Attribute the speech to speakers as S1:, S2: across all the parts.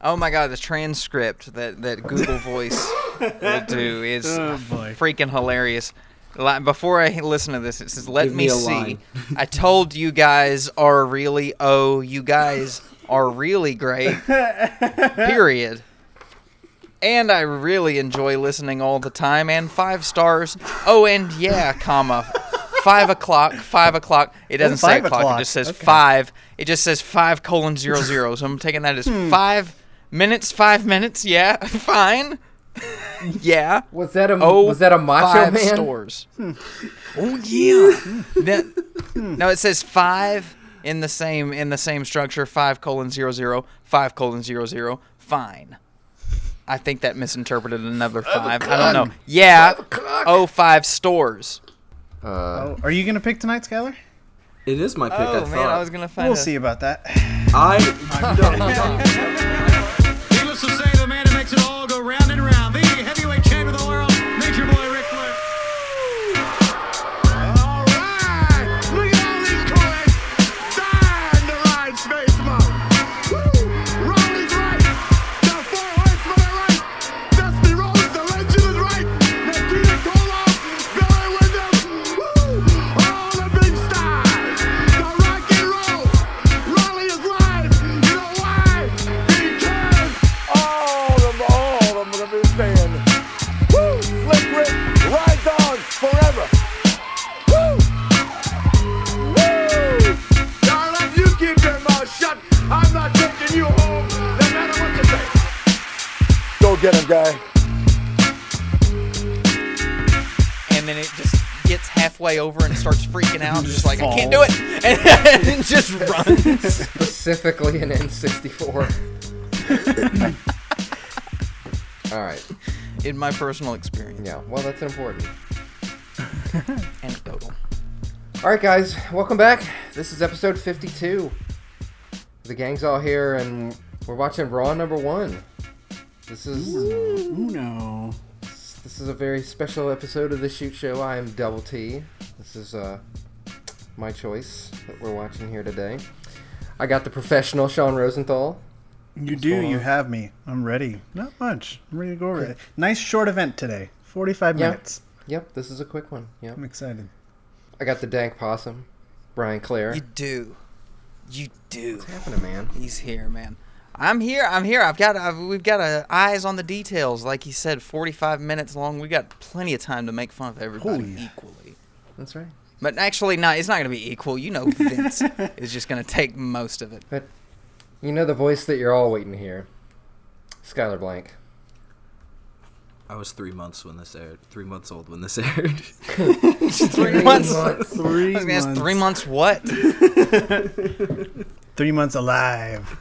S1: Oh my god, the transcript that that Google Voice will do is
S2: Oh, boy.
S1: freaking hilarious. Li- Before I listen to this, it says, "Let
S3: Give
S1: me,
S3: me a
S1: see."
S3: line.
S1: I told you guys are really oh, you guys are really great. Period. And I really enjoy listening all the time. And five stars. Oh, and yeah, comma. Five o'clock. Five o'clock. It doesn't say
S2: five
S1: o'clock.
S2: o'clock,
S1: It just says
S2: okay.
S1: five. It just says five colon zero zero. So I'm taking that as
S2: Hmm.
S1: five minutes. Five minutes. Yeah, fine. yeah.
S3: Was that a
S1: Oh,
S3: was that a macho
S1: five
S3: man?
S1: stores. oh yeah. That- no, it says five in the same in the same structure. Five colon zero zero. Five colon zero zero. Fine. I think that misinterpreted another five. I don't know. Yeah. Oh, five stores.
S2: Oh, are you gonna pick tonight, Skylar?
S3: It is my pick. I
S1: Oh
S3: thought.
S1: man, I was gonna find.
S2: We'll
S1: a-
S2: see about that.
S3: I don't.
S4: Needless to say, the man who makes it all go round and round, the heavyweight champion of the world, Nature Boy Ric Flair. All right, look at all these coins. Time to ride space mode. Woo! Ronnie's right. The four horsemen are right. Dusty Rhodes, the legend is right. Nikita Koloff, Billy Windham. Woo! All the big stars. The rock and roll. Ronnie is right. You know why? Because all of all of them are big fans. Woo! Slick Rick rides on forever. Woo! Woo! Darling, you keep your mouth shut. I'm not taking you home, no matter what you say. Go get him, guy.
S1: and then it just gets halfway over and starts freaking out, just, like I can't do
S2: falls.
S1: it, and, just runs.
S3: Specifically an N64. All right.
S1: In my personal experience,
S3: Yeah. Well, that's important.
S1: anecdotal.
S3: All right, guys, welcome back. This is episode 52. The gang's all here, and we're watching Raw number one. This is
S2: Uno.
S3: this is a very special episode of the Shoot Show. I am Double T. This is uh, my choice that we're watching here today. I got the professional Sean Rosenthal.
S2: You do. You have me. I'm ready. Not much. I'm ready to go over it. Nice short event today. 45
S3: Yeah.
S2: minutes.
S3: Yep, this is a quick one. Yep.
S2: I'm excited.
S3: I got the dank possum, Brian Clare.
S1: You do, you do.
S3: What's happening, man?
S1: He's here, man. I'm here. I'm here. I've got. I've, we've got uh eyes on the details, like he said. Forty-five minutes long. We got plenty of time to make fun of everybody
S2: Oh, yeah.
S1: equally.
S3: That's right.
S1: But actually, not. It's not going to be equal. You know, Vince is just going to take most of it.
S3: You know the voice that you're all waiting to hear, Skylar Blank.
S5: I was three months when this aired. Three months old when this aired.
S1: Three months.
S2: Three
S1: I was gonna
S2: months.
S1: ask, three months. What?
S2: Three months alive.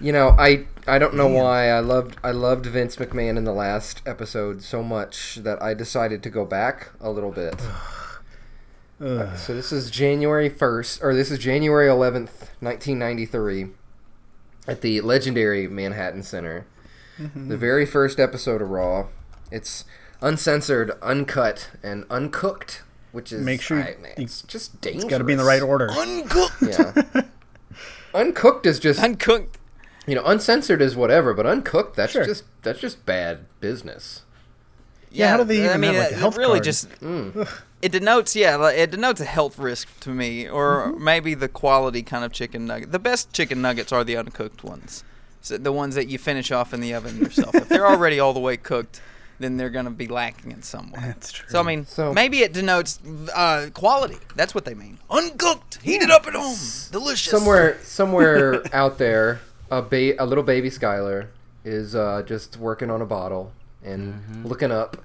S3: You know, I I don't know why I loved I loved Vince McMahon in the last episode so much that I decided to go back a little bit.
S2: Ugh.
S3: So this is January 1st or this is January 11th, 1993 at the legendary Manhattan Center. The very first episode of Raw. It's uncensored, uncut and uncooked, which is
S2: Make sure you-
S3: I- it's just dangerous.
S2: Got to be in the right order.
S1: Uncooked.
S3: Yeah. uncooked is just
S1: Uncooked.
S3: you know, uncensored is whatever, but uncooked that's
S2: Sure.
S3: just that's just bad business.
S1: Yeah,
S2: how do they
S1: I
S2: even
S1: mean,
S2: have, like, a
S1: it-
S2: health
S1: it really
S2: card?
S1: just
S5: Mm.
S1: it denotes yeah, like, it denotes a health risk to me, or
S2: Mm-hmm.
S1: maybe the quality kind of chicken nugget. The best chicken nuggets are the uncooked ones, so the ones that you finish off in the oven yourself. if they're already all the way cooked, then they're gonna be lacking in some way.
S2: That's true.
S1: So I mean,
S3: So-
S1: maybe it denotes uh, quality. That's what they mean. Uncooked, heated up at home, delicious.
S3: somewhere somewhere out there a ba- a little baby skylar is uh, just working on a bottle and looking up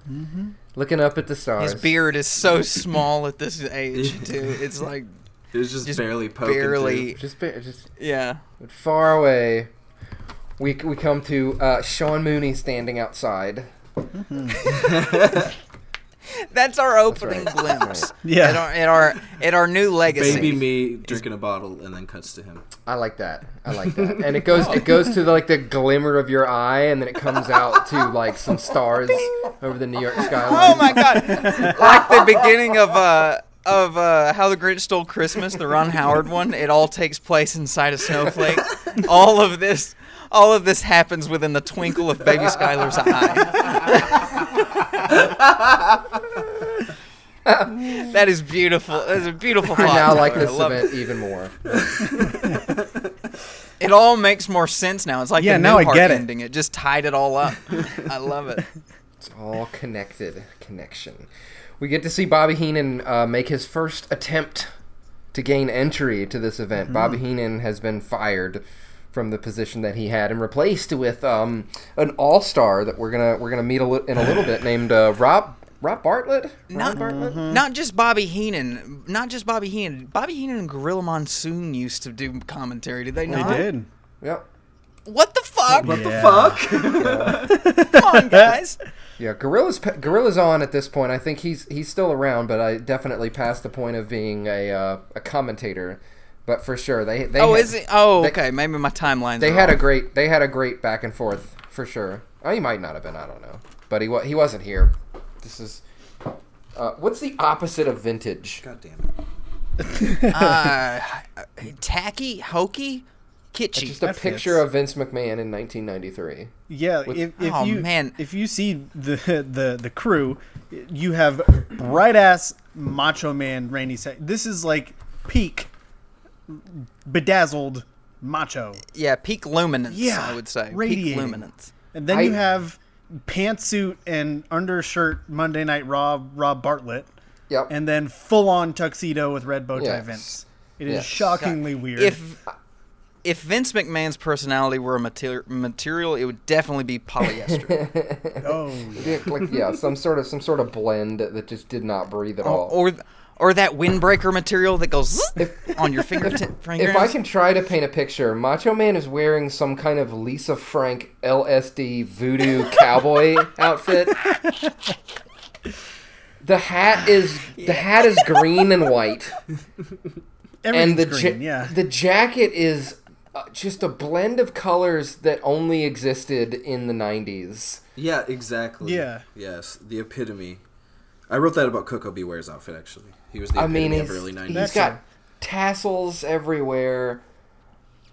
S3: looking up at the stars
S1: his beard is so small at this age too. It's like
S5: It was just,
S1: Just
S5: barely poking
S1: barely,
S3: just ba- just
S1: yeah.
S3: far away we, we come to uh, sean mooney standing outside
S1: That's our opening
S3: right.
S1: glimpse.
S2: Yeah.
S1: At our, at our at our new
S5: through.
S1: legacy.
S5: Baby me drinking a bottle and then cuts to him.
S3: i like that i like that and it goes it goes to the, like the glimmer of your eye and then it comes out to like some stars over the new york skyline
S1: Oh my god! like the beginning of uh of uh How the Grinch Stole Christmas, the Ron Howard one. It all takes place inside a snowflake. all of this. all of this happens within the twinkle of baby Skylar's eye. that is beautiful. That's a beautiful
S3: I
S1: plot,
S3: now like
S1: Tyler. I
S3: this
S1: love
S3: event even more.
S1: It. it all makes more sense now. It's like
S2: Yeah,
S1: the
S2: now
S1: Newhart
S2: I get it.
S1: ending. It. just tied it all up. I love it.
S3: It's all connected. Connection. We get to see Bobby Heenan uh, make his first attempt to gain entry to this event.
S1: Mm-hmm.
S3: Bobby Heenan has been fired from the position that he had and replaced with um, an all-star that we're gonna we're gonna meet a li- in a little bit named uh, Rob Rob Bartlett. Rob
S1: Not,
S3: Bartlett.
S1: not just Bobby Heenan. Not just Bobby Heenan. Bobby Heenan and Gorilla Monsoon used to do commentary. Did they
S2: They
S1: not?
S2: did.
S3: Yep.
S1: What the fuck?
S5: What
S2: Yeah.
S5: the fuck?
S1: Come on, guys.
S3: Yeah, Gorilla's pe- Gorilla's on at this point. I think he's he's still around, but I definitely passed the point of being a uh, a commentator. But for sure, they they
S1: Oh,
S3: had,
S1: is it? Oh,
S3: they-
S1: okay. Maybe my timeline.
S3: They had a great they had a great back and forth for sure. Oh, he might not have been. I don't know, but he wa- he wasn't here. This is uh, what's the opposite of vintage?
S5: God damn it.
S1: uh, tacky, hokey, kitschy.
S3: Just a
S2: That
S3: picture
S2: fits.
S3: of Vince McMahon in 1993.
S2: Yeah, if, if
S1: Oh,
S2: you
S1: man.
S2: if you see the the the crew, you have bright ass macho man Randy. Sa- this is like peak bedazzled macho,
S1: yeah, peak luminance.
S2: Yeah,
S1: I would say peak
S2: radiating.
S1: luminance.
S2: and then
S3: I-
S2: you have pantsuit and undershirt Monday Night Raw Rob Bartlett,
S3: Yep.
S2: and then full on tuxedo with red bow tie
S3: Yes.
S2: Vince. It is
S3: Yes.
S2: shockingly weird.
S1: If if Vince McMahon's personality were a mater- material, it would definitely be polyester
S2: oh,
S3: yeah, like, yeah, some sort of some sort of blend that just did not breathe
S2: Oh,
S3: at all.
S1: or or that windbreaker material that goes on your fingertip.
S3: If
S1: fingernails.
S3: I can try to paint a picture, Macho Man is wearing some kind of Lisa Frank LSD voodoo cowboy outfit. The hat is the hat is green and white, and
S2: everything's
S3: the
S2: green.
S3: ja-
S2: yeah,
S3: the jacket is uh, just a blend of colors that only existed in the '90s.
S5: Yeah, exactly.
S2: Yeah.
S5: Yes, the epitome. I wrote that about Coco Beware's outfit, actually. He was the
S3: I
S5: epitome
S3: mean,
S5: of
S3: he's,
S5: early 90s.
S3: he's got tassels everywhere.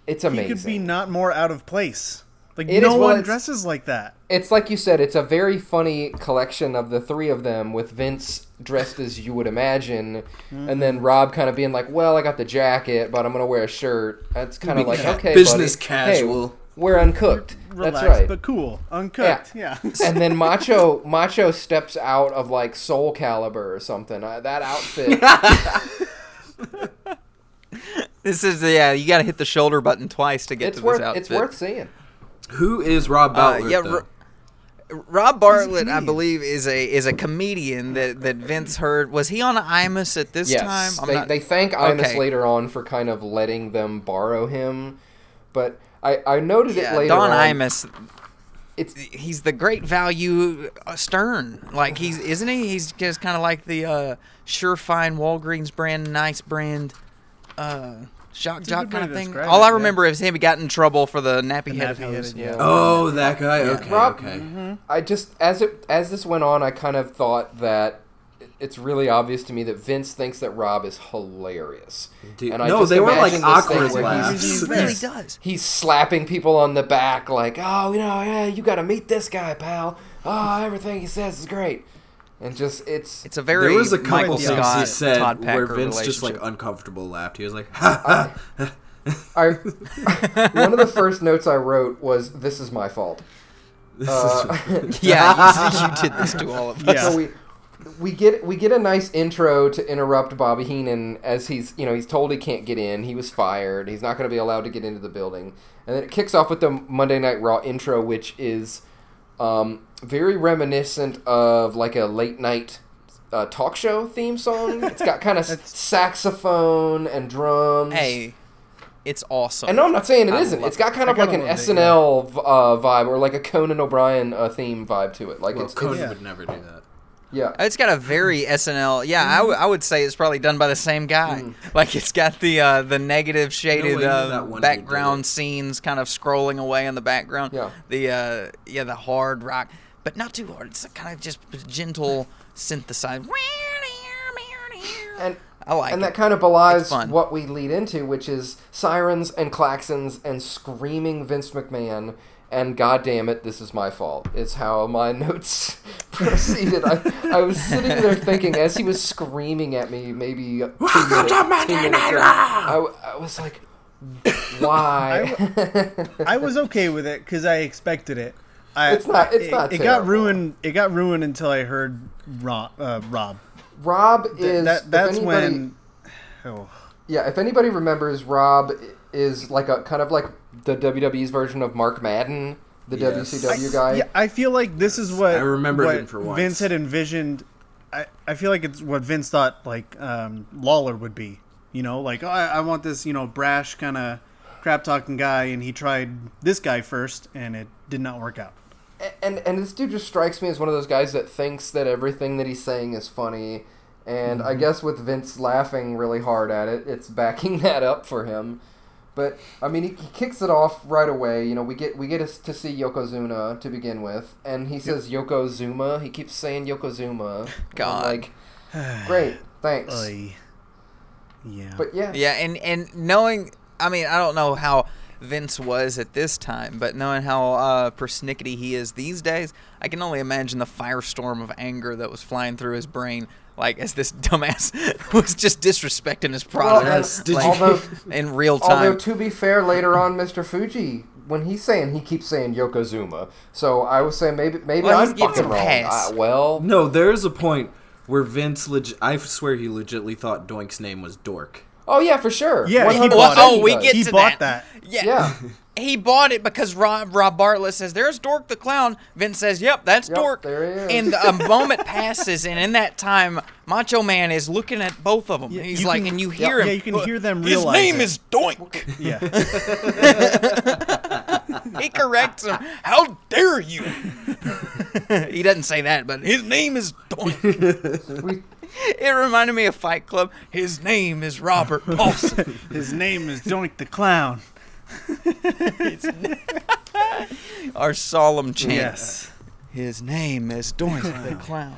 S3: It's
S2: he
S3: amazing.
S2: could be not more out of place. Like
S3: It
S2: no
S3: is what
S2: one
S3: it's-
S2: dresses like that.
S3: It's like you said, it's a very funny collection of the three of them, with Vince dressed as you would imagine, and
S1: Mm-hmm.
S3: then Rob kind of being like, "Well, I got the jacket, but I'm gonna wear a shirt." That's kind of like,
S5: ca-
S3: okay,
S5: business
S3: buddy.
S5: casual.
S3: Hey, we're uncooked.
S2: relaxed
S3: That's right.
S2: but cool, uncooked. Yeah.
S3: and then Macho Macho steps out of like Soul Caliber or something. Uh, that outfit,
S1: this is yeah, you got to hit the shoulder button twice to get
S3: it's
S1: to
S3: worth
S1: this outfit.
S3: it's worth seeing.
S5: Who is Rob
S1: Uh,
S5: Bowler?
S1: yeah,
S5: though?
S1: Ro- Rob Bartlett, I believe, is a is a comedian that, that Vince heard. Was he on Imus at this time?
S3: Yes,
S1: I'm
S3: they,
S1: not-
S3: they thank Imus
S1: Okay.
S3: later on for kind of letting them borrow him, but I I noted
S1: yeah,
S3: it later.
S1: Don
S3: on.
S1: Imus,
S3: It's
S1: he's the great value uh, Stern. Like he's isn't he? He's just kind of like the uh, sure fine Walgreens brand, nice brand, uh, shock jock
S2: good way
S1: kind of
S2: to
S1: thing.
S2: describe
S1: All
S2: it,
S1: I
S2: yeah.
S1: remember is him. He got in trouble for the nappy head.
S2: Happy headed, yeah.
S5: oh, that guy? Okay,
S3: Rob-
S5: okay.
S3: Mm-hmm. I just as it as this went on, I kind of thought that it- it's really obvious to me that Vince thinks that Rob is hilarious.
S5: Dude,
S3: and I
S5: no,
S3: just
S5: they were like
S3: imagine this thing
S5: awkward
S3: where he's-
S5: laughs.
S1: He really does.
S3: He's slapping people on the back like, "Oh, you know, yeah, you got to meet this guy, pal. Oh, everything he says is great." And just it's
S1: It's a very
S5: There was a couple
S1: Michael
S5: things
S1: Scott,
S5: he said
S1: Todd
S5: where
S1: Packer
S5: Vince just like
S1: relationship.
S5: uncomfortable laughed. He was like, ha, ha.
S3: I, one of the first notes I wrote was, "This is my fault." Uh,
S5: This is
S1: yeah, you, you did this to all of us.
S2: Yeah.
S3: So we we get we get a nice intro to interrupt Bobby Heenan as he's you know he's told he can't get in. He was fired. He's not going to be allowed to get into the building. And then it kicks off with the Monday Night Raw intro, which is um, very reminiscent of like a late night. Uh, talk show theme song. It's got kind of saxophone and drums.
S1: Hey, it's awesome.
S3: and no, I'm not saying it
S1: I
S3: not
S1: love
S3: It's got kind
S2: I
S3: of like an
S2: kinda loved it,
S3: SNL v- uh, vibe or like a Conan O'Brien uh, theme vibe to it. Like
S5: well,
S3: it's,
S5: Conan
S3: it's-
S2: yeah.
S5: would never do that.
S3: yeah.
S1: It's got a very SNL. Yeah, I, w- I would say it's probably done by the same guy.
S5: Mm.
S1: Like it's got the uh, the negative shaded
S5: way that
S1: uh,
S5: one dude did
S1: background
S5: it.
S1: scenes kind of scrolling away in the background.
S3: Yeah.
S1: The uh, yeah the hard rock, but not too hard. It's kind of just gentle synthesized.
S3: And
S1: I like
S3: and
S1: it.
S3: that kind of belies
S1: It's fun.
S3: what we lead into, which is sirens and claxons and screaming Vince McMahon. And God damn it, this is my fault. It's how my notes proceeded. I, I was sitting there thinking as he was screaming at me, maybe two minutes, two minutes in, I, w- I was like, why?
S2: I was okay with it because I expected it. I,
S3: It's not- it's
S2: it,
S3: not
S2: It got
S3: terrible.
S2: ruined. It got ruined until I heard Rob. Uh, Rob.
S3: Rob
S2: Th-
S3: is.
S2: that,
S3: if
S2: that's
S3: anybody-
S2: when. Oh,
S3: Yeah, if anybody remembers, Rob is like a kind of like the WWE's version of Mark Madden, the
S5: Yes.
S3: WCW
S2: I-
S3: guy.
S2: Yeah, I feel like this is what
S5: I remembered
S2: what
S5: him for once.
S2: Vince had envisioned. I, I feel like it's what Vince thought like um, Lawler would be. You know, like oh, I, I want this you know brash kind of crap talking guy, and he tried this guy first, and it did not work out.
S3: and and this dude just strikes me as one of those guys that thinks that everything that he's saying is funny and i guess with vince laughing really hard at it it's backing that up for him but i mean he, he kicks it off right away you know we get we get us to see yokozuna to begin with and he says yokozuma he keeps saying yokozuma And I'm
S1: God.
S3: like great thanks
S2: Oy. Yeah.
S3: but yeah
S1: Yeah, and and knowing, I mean, I don't know how Vince was at this time, but knowing how uh, persnickety he is these days, I can only imagine the firestorm of anger that was flying through his brain, like as this dumbass was just disrespecting his product
S3: and
S5: Yes, did you-
S3: although-
S1: in real
S3: Although
S1: time.
S3: to be fair, later on, Mr. Fuji, when he's saying he keeps saying Yokozuma, so I was saying maybe maybe
S1: Well,
S3: I'm
S1: he gets
S3: fucking
S1: a
S3: wrong.
S1: pass.
S3: I- well,
S5: No, there is a point where Vince, leg- I swear he legitly thought Doink's name was Dork.
S3: oh yeah, for sure.
S2: Yeah, he
S3: 100%
S2: bought it.
S1: oh, we
S3: does.
S1: get
S2: He
S1: to
S2: bought that.
S1: Yeah.
S3: Yeah.
S1: He bought it because Rob, Rob Bartlett says, There's Dork the Clown. Vince says, Yep, that's
S3: Yep,
S1: Dork.
S3: there he
S1: And
S3: is.
S1: a moment passes, and in that time, Macho Man is looking at both of them.
S2: Yeah,
S1: He's
S2: you
S1: like,
S2: can-
S1: And you
S2: yeah,
S1: hear him.
S2: yeah, you can
S1: "Uh,
S2: hear them
S1: His
S2: realize
S1: name
S2: it."
S1: is Doink.
S2: yeah.
S1: he corrects him. How dare you? he doesn't say that, but his name is Doink.
S3: We-
S1: it reminded me of Fight Club. His name is Robert Paulson.
S2: His name is Doink the Clown.
S1: Our solemn chant.
S2: Yes.
S1: His name is Doink the Clown.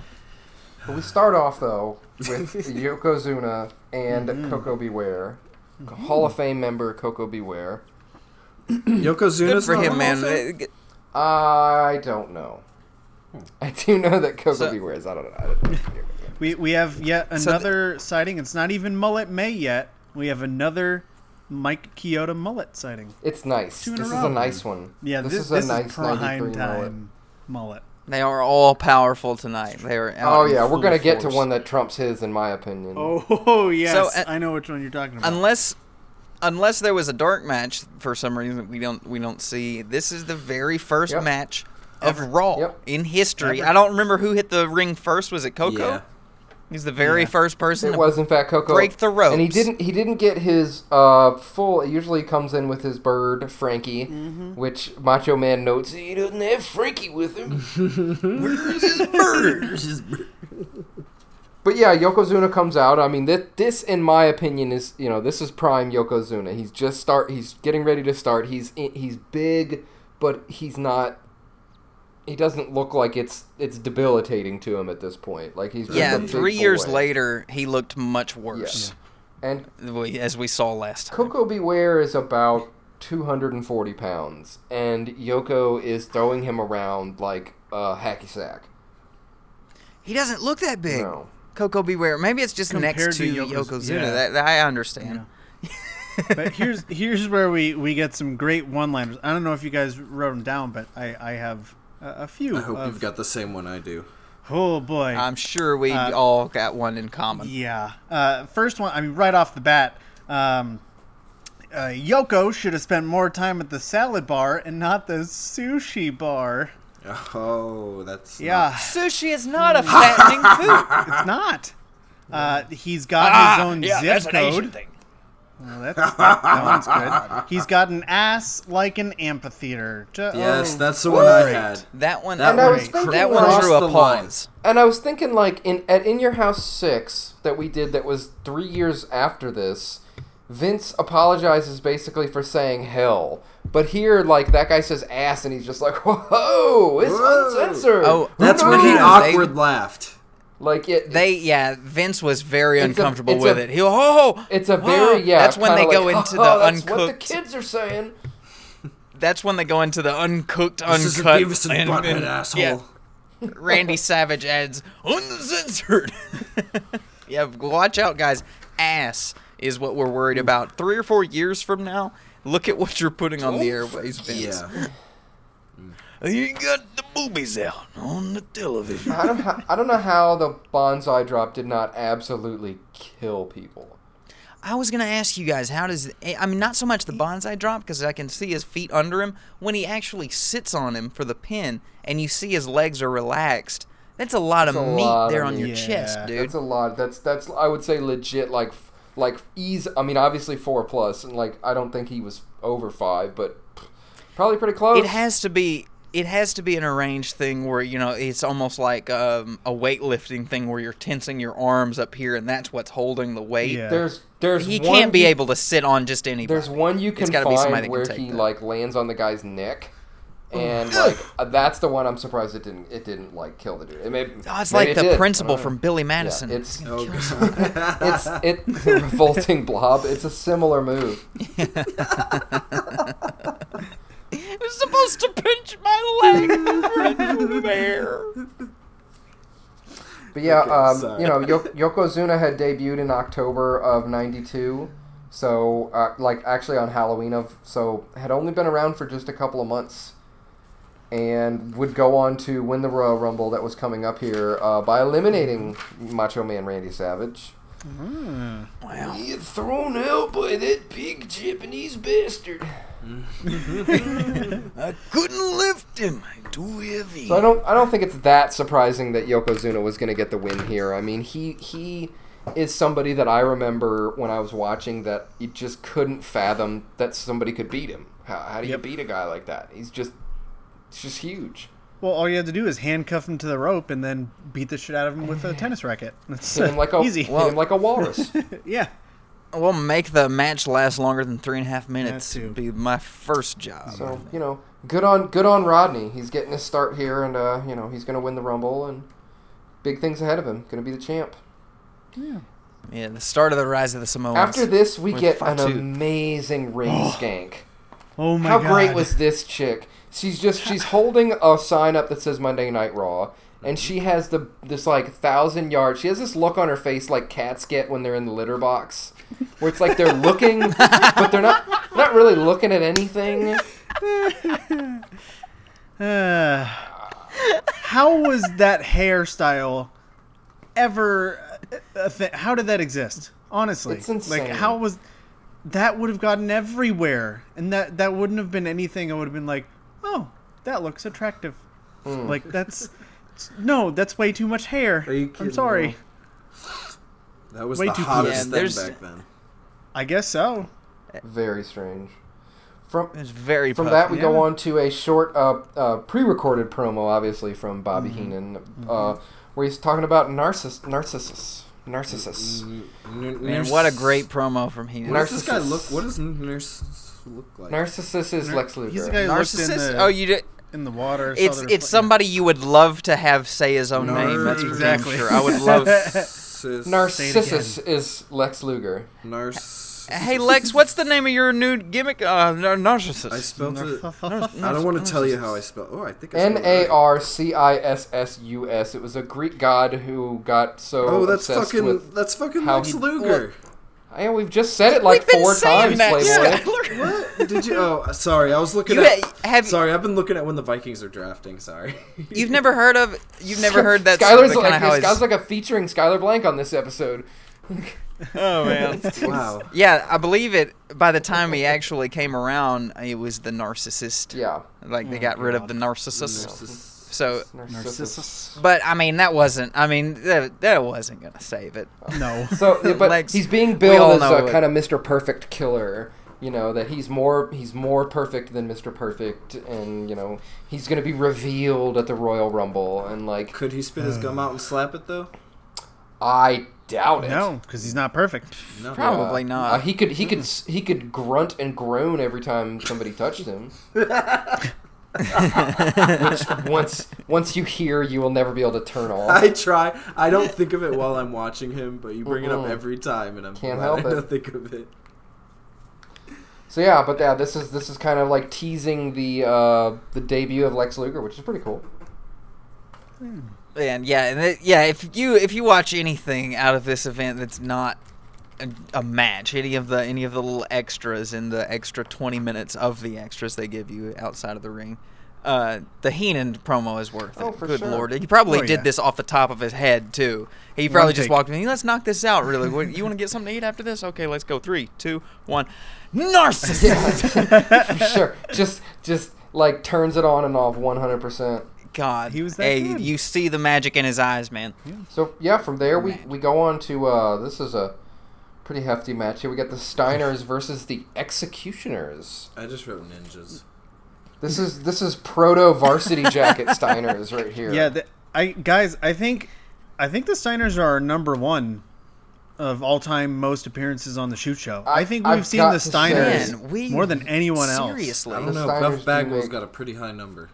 S3: but we start off though with Yokozuna and
S1: Mm-hmm.
S3: Coco Beware,
S2: Mm-hmm.
S3: Hall of Fame member Coco Beware.
S1: Good
S2: Hmm.
S5: Yokozuna's
S1: for
S5: not
S1: him,
S5: on Hall
S1: man.
S5: of Fame?
S1: Uh,
S3: I don't know.
S2: Hmm.
S3: I do know that Coco
S1: So-
S3: Beware is. I don't know. I don't know.
S2: We we have yet another sighting. It's not even Mullet May yet. We have another Mike Kyoto Mullet sighting.
S3: It's nice.
S2: Two in a
S3: This is
S2: row.
S3: a nice one.
S2: Yeah, this,
S3: this, is a nice
S2: prime
S3: 93 mullet.
S2: time mullet.
S1: They are all powerful tonight. They are.
S3: Oh
S1: Out in
S3: yeah, we're
S1: full
S3: gonna get to
S1: force.
S3: one that trumps his, in my opinion.
S2: Oh yes,
S1: So, uh,
S2: I know which one you're talking about.
S1: Unless, unless there was a dark match for some reason we don't we don't see. This is the very first
S3: Yep.
S1: match of Raw
S3: Yep.
S1: in history.
S2: Ever.
S1: I don't remember who hit the ring first. Was it Coco?
S5: Yeah.
S1: He's the very
S2: Yeah.
S1: first person.
S3: It
S1: to-
S3: was in fact Coco.
S1: Break the ropes.
S3: And he didn't. He didn't get his uh, full. It usually comes in with his bird Frankie, which Macho Man notes he doesn't have Frankie with him.
S5: Brrr, just brrr.
S3: but yeah, Yokozuna comes out. I mean, this, this in my opinion is you know this is prime Yokozuna. He's just start. He's getting ready to start. He's in, he's big, but he's not. He doesn't look like it's it's debilitating to him at this point. Like he's just
S1: Yeah,
S3: a big
S1: three years
S3: boy.
S1: later, he looked much worse,
S3: and
S1: we- as we saw last time.
S3: Coco Beware is about 240 pounds, and Yoko is throwing him around like a hacky sack.
S1: He doesn't look that big.
S3: No.
S1: Coco Beware. Maybe it's just
S2: Compared
S1: next to,
S2: to Yokoz-
S1: Yokozuna.
S2: yeah.
S1: That, that I understand.
S2: but here's here's where we we get some great one-liners. I don't know if you guys wrote them down, but I I have a, a few.
S5: I hope
S2: of-
S5: you've got the same one I do.
S2: Oh boy.
S1: I'm sure we all got one in common.
S2: Yeah. Uh, first one, I mean, right off the bat, um, uh, Yoko should have spent more time at the salad bar and not the sushi bar.
S5: Oh, that's not-
S2: Yeah,
S1: Sushi is not a fattening food.
S2: it's not. Uh, he's got his own zip code. Well, that's, that, that one's good. He's got an ass like an amphitheater. Ju-
S5: Yes,
S2: oh,
S5: that's the one I had.
S1: That one. That,
S5: That
S3: And I
S5: one
S3: was thinking
S1: that
S3: when I-
S1: one
S5: crossed
S1: drew a
S5: the line.
S1: pause.
S3: And I was thinking like in at In Your House Six that we did that was three years after this. Vince apologizes basically for saying hell, but here like that guy says ass, and he's just like, whoa, it's
S5: Whoa.
S3: uncensored.
S1: Oh,
S5: That's
S1: Who
S5: when he
S1: knows?
S5: awkward laughed.
S3: Like it,
S1: They yeah, Vince was very
S3: It's a-
S1: uncomfortable
S3: it's
S1: with
S3: a-
S1: it. He oh,
S3: it's a
S1: wow."
S3: very yeah.
S1: That's when they
S3: kinda
S1: go
S3: like,
S1: into
S3: "Oh,
S1: the
S3: that's What the
S1: uncooked.
S3: kids are saying.
S1: That's when they go into the uncooked,
S5: This is
S1: uncut.
S5: Beavis and, Butthead, asshole.
S1: yeah. Randy Savage adds uncensored. yeah, watch out, guys. Ass is what we're worried about. Three or four years from now, look at what you're putting on the airways, Vince.
S5: Yeah.
S1: You got the boobies out on the television.
S3: I don't. ho- I don't know how the bonsai drop did not absolutely kill people.
S1: I was gonna ask you guys, how does eh, I mean not so much the bonsai drop because I can see his feet under him when he actually sits on him for the pin, and you see his legs are relaxed. That's a lot
S3: That's
S1: of
S3: a
S1: meat
S3: lot of
S1: there on
S3: meat.
S1: your
S2: Yeah,
S1: chest, dude.
S3: That's a lot. That's that's I would say legit like f- like ease. I mean, obviously four plus, and like I don't think he was over five, but probably pretty close.
S1: It has to be. It has to be an arranged thing where you know it's almost like um, a weightlifting thing where you're tensing your arms up here, and that's what's holding the weight.
S2: Yeah.
S3: There's there's
S1: He
S3: one
S1: can't be
S3: you-
S1: able to sit on just anybody.
S3: There's one you can
S1: gotta be somebody that can
S3: find where
S1: take
S3: he
S1: that.
S3: like lands on the guy's neck, and like uh, that's the one I'm surprised it didn't it didn't like kill the dude. It may,
S1: Oh, it's
S3: maybe
S1: like
S3: it
S1: the
S3: did. I
S1: principal
S3: don't know.
S1: from Billy
S3: Yeah,
S1: Madison.
S3: it's
S5: Oh, God.
S3: it's it revolting blob. It's a similar move.
S1: It was supposed to pinch my leg over there.
S3: But yeah,
S5: Okay,
S3: um,
S5: sorry.
S3: you know, Yo- Yokozuna had debuted in October of '92, so uh, like actually on Halloween of, so had only been around for just a couple of months, and would go on to win the Royal Rumble that was coming up here uh, by eliminating Macho Man Randy Savage.
S1: Wow.
S3: Get thrown out by that big Japanese bastard.
S1: I couldn't lift him. Too heavy.
S3: So I don't I don't think it's that surprising that Yokozuna was going to get the win here. I mean, he he is somebody that I remember when I was watching that you just couldn't fathom that somebody could beat him. How, how do you
S2: Yep.
S3: beat a guy like that? He's just it's just huge.
S2: Well, all you had to do is handcuff him to the rope and then beat the shit out of him with a tennis racket. That's
S3: Hit him like a
S2: easy.
S3: hit him like a walrus.
S2: yeah.
S1: We'll make the match last longer than three and a half minutes.
S2: too.
S1: Be my first job.
S3: so, you know, good on good on Rodney. He's getting his start here and uh, you know, he's going to win the Rumble and big things ahead of him. Going to be the champ.
S1: yeah, the start of the rise of the Samoans.
S3: After this, we
S1: With
S3: get an
S1: Fatu.
S3: amazing ring skank.
S2: Oh my
S3: How
S2: god.
S3: great was this chick? She's just she's holding a sign up that says Monday Night Raw, and she has the this like thousand yard. She has this look on her face like cats get when they're in the litter box, where it's like they're looking, but they're not not really looking at anything.
S2: Uh, how was that hairstyle ever? A th- how did that exist? Honestly,
S3: It's insane.
S2: like how was that would have gotten everywhere, and that that wouldn't have been anything. I would have been like, oh, that looks attractive. Like that's no, that's way too much hair.
S5: Are you
S2: I'm
S5: kidding
S2: sorry.
S5: me? That was
S2: Way
S5: the
S2: too cool.
S5: hottest
S1: Yeah,
S5: thing
S1: there's-
S5: back then.
S2: I guess so.
S3: Very strange. From
S1: It was very
S3: From
S1: puffy.
S3: that, we go
S2: Yeah.
S3: on to a short, uh, uh, pre-recorded promo, obviously from Bobby
S2: Mm-hmm.
S3: Heenan, uh, where he's talking about narciss, narcissus, narcissus.
S2: Mm-hmm.
S1: Man, what a great promo from here.
S5: What does this guy
S3: narcissist.
S5: look? What does nurse look like?
S3: Narcissus is Lex Luthor.
S2: He's the guy who looked in
S1: Narcissist?
S2: the,
S1: Oh, you did.
S2: in the water. saw
S1: It's
S2: the
S1: it's
S2: refle-
S1: somebody you would love to have say his own name. That's exactly.
S2: Exactly.
S1: Sure. I would love.
S5: Narcissus.
S3: Narcissus is Lex Luger.
S5: Nurse.
S1: hey Lex, what's the name of your new gimmick? Uh, nar- narcissist.
S5: I spelled it. I
S1: Narc-
S5: don't want to tell you how I spelled. Oh, I think I spelled
S3: N
S5: it
S3: A
S5: right.
S3: R C I S S U S. It was a Greek god who got so
S5: Oh, that's
S3: obsessed
S5: fucking.
S3: with.
S5: that's fucking
S3: how
S5: Lex
S3: he-
S5: Luger.
S3: I know, we've just said it like
S1: We've been
S3: four
S1: saying
S3: times,
S1: that,
S3: Playboy.
S1: Skylar.
S5: What? Did you? Oh, sorry. I was looking
S1: You
S5: at.
S1: ha- have-
S5: sorry, I've been looking at when the Vikings are drafting. Sorry.
S1: You've never heard of. You've never heard that.
S3: Skylar's
S1: kind
S3: like
S1: of how his-
S3: Skylar's like a featuring Skylar Blank on this episode.
S1: Oh man.
S5: wow.
S1: yeah, I believe it. By the time he actually came around, it was the narcissist.
S3: Yeah.
S1: Like they got rid of the narcissist.
S5: Narcissus.
S1: So,
S3: Narcissus.
S1: but I mean that wasn't. I mean that, that wasn't gonna save it.
S2: No.
S3: So, yeah, but
S1: Lex-
S3: he's being
S1: we all
S3: billed as
S1: know
S3: a
S1: it.
S3: kind of Mr. Perfect killer. You know that he's more he's more perfect than Mr. Perfect, and you know he's gonna be revealed at the Royal Rumble, and like
S5: Could he spit his gum out and slap it though?
S3: I doubt it.
S2: No, because he's not perfect.
S5: No.
S1: Probably
S3: Uh,
S1: not.
S3: uh, he could he could s- he could grunt and groan every time somebody touched him. once once you hear, you will never be able to turn off.
S5: I try. I don't think of it while I'm watching him, but you bring it up
S3: Mm-mm.
S5: every time, and I'm
S3: Can't
S5: glad
S3: help
S5: I
S3: it.
S5: don't think of it.
S3: So yeah, but yeah, this is this is kind of like teasing the uh, the debut of Lex Luger, which is pretty cool.
S1: And yeah, and it, yeah, if you if you watch anything out of this event that's not a, a match, any of the any of the little extras in the extra 20 minutes of the extras they give you outside of the ring, uh, the Heenan promo is worth it.
S3: Oh, for
S1: Good
S3: sure.
S1: lord, he probably
S2: Oh,
S1: did
S2: yeah.
S1: this off the top of his head too. He probably just
S2: take.
S1: walked in. Let's knock this out really. quick. you want to get something to eat after this? Okay, let's go. Three, two, one. Narcissist.
S3: For sure, just just like turns it on and off 100. percent
S1: God,
S2: He was that
S1: hey,
S2: good.
S1: you see the magic in his eyes, man.
S3: So yeah, from there we, we go on to uh, this is a pretty hefty match here. We got the Steiners versus the Executioners.
S5: I just wrote ninjas.
S3: This is this is proto varsity jacket Steiners right here.
S2: Yeah, the, I guys, I think, I think the Steiners are our number one of all time most appearances on the shoot show. I,
S3: I-
S2: think
S3: I've
S2: we've seen
S3: got
S2: the
S3: to say-
S2: Steiners
S1: Man, we
S2: more than anyone else.
S1: Seriously.
S5: I don't know.
S3: Steiners
S5: Buff
S3: do
S5: Bagwell's
S3: make-
S5: got a pretty high number.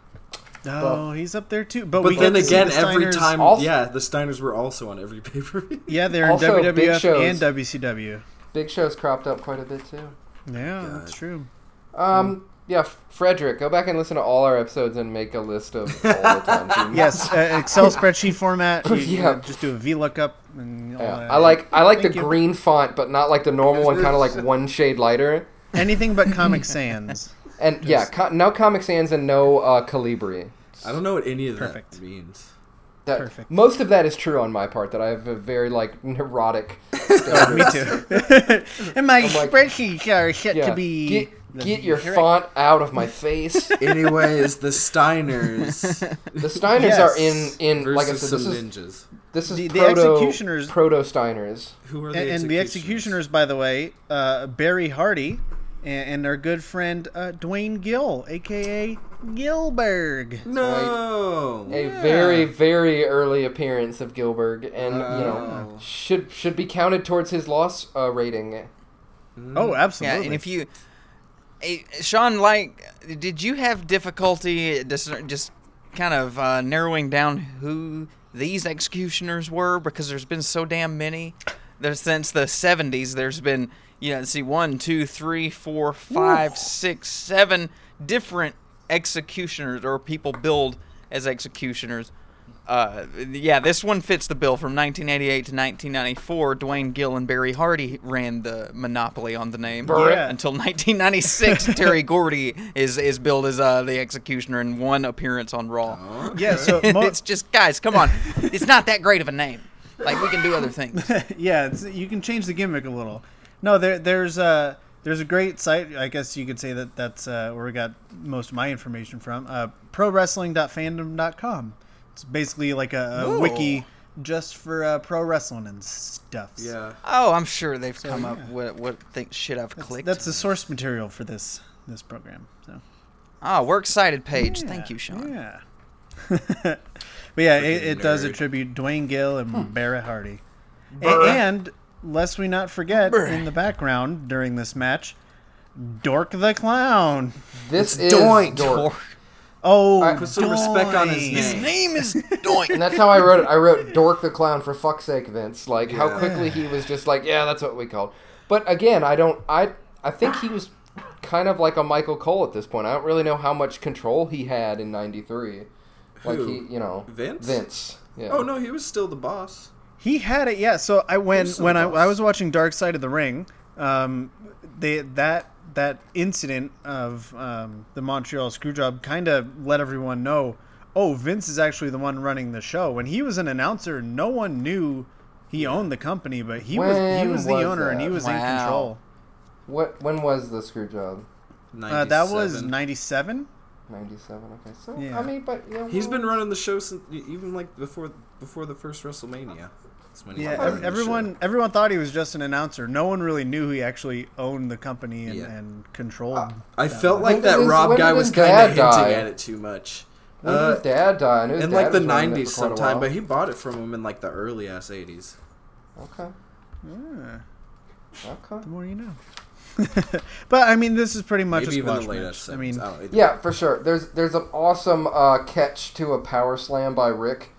S2: No, Oh, he's up there too. But, we
S5: But then
S2: get to see
S5: again,
S2: the
S5: every
S2: Steiners-
S5: time,
S3: Also-
S5: yeah, the Steiners were also on every pay per view.
S2: yeah, they're in
S3: Also, big
S2: WWF
S3: shows.
S2: and WCW.
S3: Big Show's cropped up quite a bit too.
S2: Yeah,
S5: God.
S2: that's true.
S3: Um, yeah, F- Frederick, go back and listen to all our episodes and make a list of all the times. you-
S2: Yes, uh, Excel spreadsheet format. You,
S3: Yeah.
S2: you just do a VLOOKUP and all
S3: Yeah.
S2: that.
S3: I like I like
S2: Thank
S3: the
S2: you.
S3: green font, but not like the normal one, kind of like one shade lighter.
S2: anything but Comic Sans.
S3: And yeah,
S2: Just-
S3: co- no Comic Sans and no uh, Calibri.
S5: I don't know what any of
S2: Perfect.
S5: that means.
S3: That,
S2: Perfect.
S3: Most of that is true on my part. That I have a very like neurotic.
S2: Me too. and my
S3: like-
S2: spreadsheets are set
S3: Yeah.
S2: to be.
S3: get, get your font out of my face.
S5: Anyways, the Steiners
S3: The Steiners
S2: Yes.
S3: are in in
S5: versus
S3: like I said.
S5: some
S3: This is
S5: ninjas.
S3: this is
S2: The- the
S3: proto
S2: Executioners-
S3: proto Steiners.
S5: Who are the
S2: And, and the executioners, by the way, uh, Barry Hardy and, and our good friend uh, Dwayne Gill, aka Gilberg.
S5: No.
S3: A very very early appearance of Gilbert, and you know
S5: Oh.
S3: should should be counted towards his loss uh, rating.
S2: Oh,
S1: Mm. Yeah,
S2: absolutely.
S1: and if you, eh, Sean, like, did you have difficulty dis- just kind of uh, narrowing down who these executioners were? Because there's been so damn many. There's since the '70s. There's been, you know, let's see, one, two, three, four, five, six, seven different executioners or people billed as executioners. Uh, yeah, this one fits the bill. From 1988 to 1994, Dwayne Gill and Barry Hardy ran the monopoly on the name.
S2: Yeah.
S1: Until 1996, Terry Gordy is is billed as uh, the executioner in one appearance on Raw.
S2: yeah, so
S1: And
S2: mo-
S1: it's just guys, come on, it's not that great of a name. Like we can do other things.
S2: yeah, it's, you can change the gimmick a little. No, there there's a there's a great site. I guess you could say that that's uh, where we got most of my information from. Uh, ProWrestling.fandom.com. It's basically like a, a
S1: Ooh.
S2: wiki just for uh, pro wrestling and stuff.
S5: Yeah.
S1: Oh, I'm sure they've come up with what think shit I've clicked.
S2: that's the source material for this this program. So.
S1: ah works cited page.
S2: Yeah,
S1: Thank you, Sean.
S2: Yeah. but yeah, it,
S5: Freaking
S2: it does
S5: nerd.
S2: attribute Dwayne Gill
S1: Hmm.
S2: and Barrett Hardy. A- and, lest we not forget, in the background during this match, Dork the Clown.
S3: This is
S5: It's Doink.
S3: Dork.
S2: Oh,
S5: Put some respect on his
S2: Doink.
S1: His
S5: name.
S1: name is
S3: And
S1: Doink.
S3: that's how I wrote it. I wrote Dork the Clown for fuck's sake, Vince. Like how
S5: Yeah.
S3: quickly he was just like, yeah, that's what we called. But again, I don't. I I think he was kind of like a Michael Cole at this point. I don't really know how much control he had in '93. Like
S5: Who?
S3: he, you know,
S5: Vince?
S3: Vince. Yeah.
S5: Oh no, he was still the boss.
S2: He had it, yeah. So I when
S5: Here's some
S2: when I,
S5: thoughts.
S2: I was watching Dark Side of the Ring, um, they that that incident of um, the Montreal Screwjob kind of let everyone know, oh, Vince is actually the one running the show. When he was an announcer, no one knew he owned the company, but he was he
S3: When
S2: was the
S3: was
S2: owner and he
S3: that?
S2: was
S1: Wow.
S2: in control.
S3: What? When was the screw job?
S2: Uh, that was
S5: 97.
S2: ninety seven.
S3: '97. Okay. So
S2: Yeah.
S3: I mean, but you know,
S5: He's been running the show since e, even like before before the first WrestleMania. That's when he was
S2: Yeah,
S5: running
S2: ev-
S5: the
S2: everyone everyone thought he was just an announcer. No one really knew he actually owned the company and,
S5: Yeah.
S2: and controlled.
S5: show. I felt
S3: When
S5: like
S3: did
S5: that
S3: his- when
S5: Rob
S3: did
S5: guy
S3: his
S5: was kind
S3: dad
S5: of hinting
S3: die?
S5: at it too much.
S3: When did his dad die? I knew his
S5: uh, in
S3: dad
S5: like the
S3: was running it
S5: '90s
S3: for quite a
S5: sometime, but
S3: while.
S5: he bought it from him in like the early ass '80s.
S3: Okay.
S2: Yeah,
S3: Okay.
S2: the more you know. But I mean, this is pretty much
S5: Maybe
S2: a
S5: even the
S2: squash
S5: latest.
S2: match. I mean,
S5: don't, it-
S3: Yeah, for sure. There's there's an awesome uh, catch to a power slam by Rick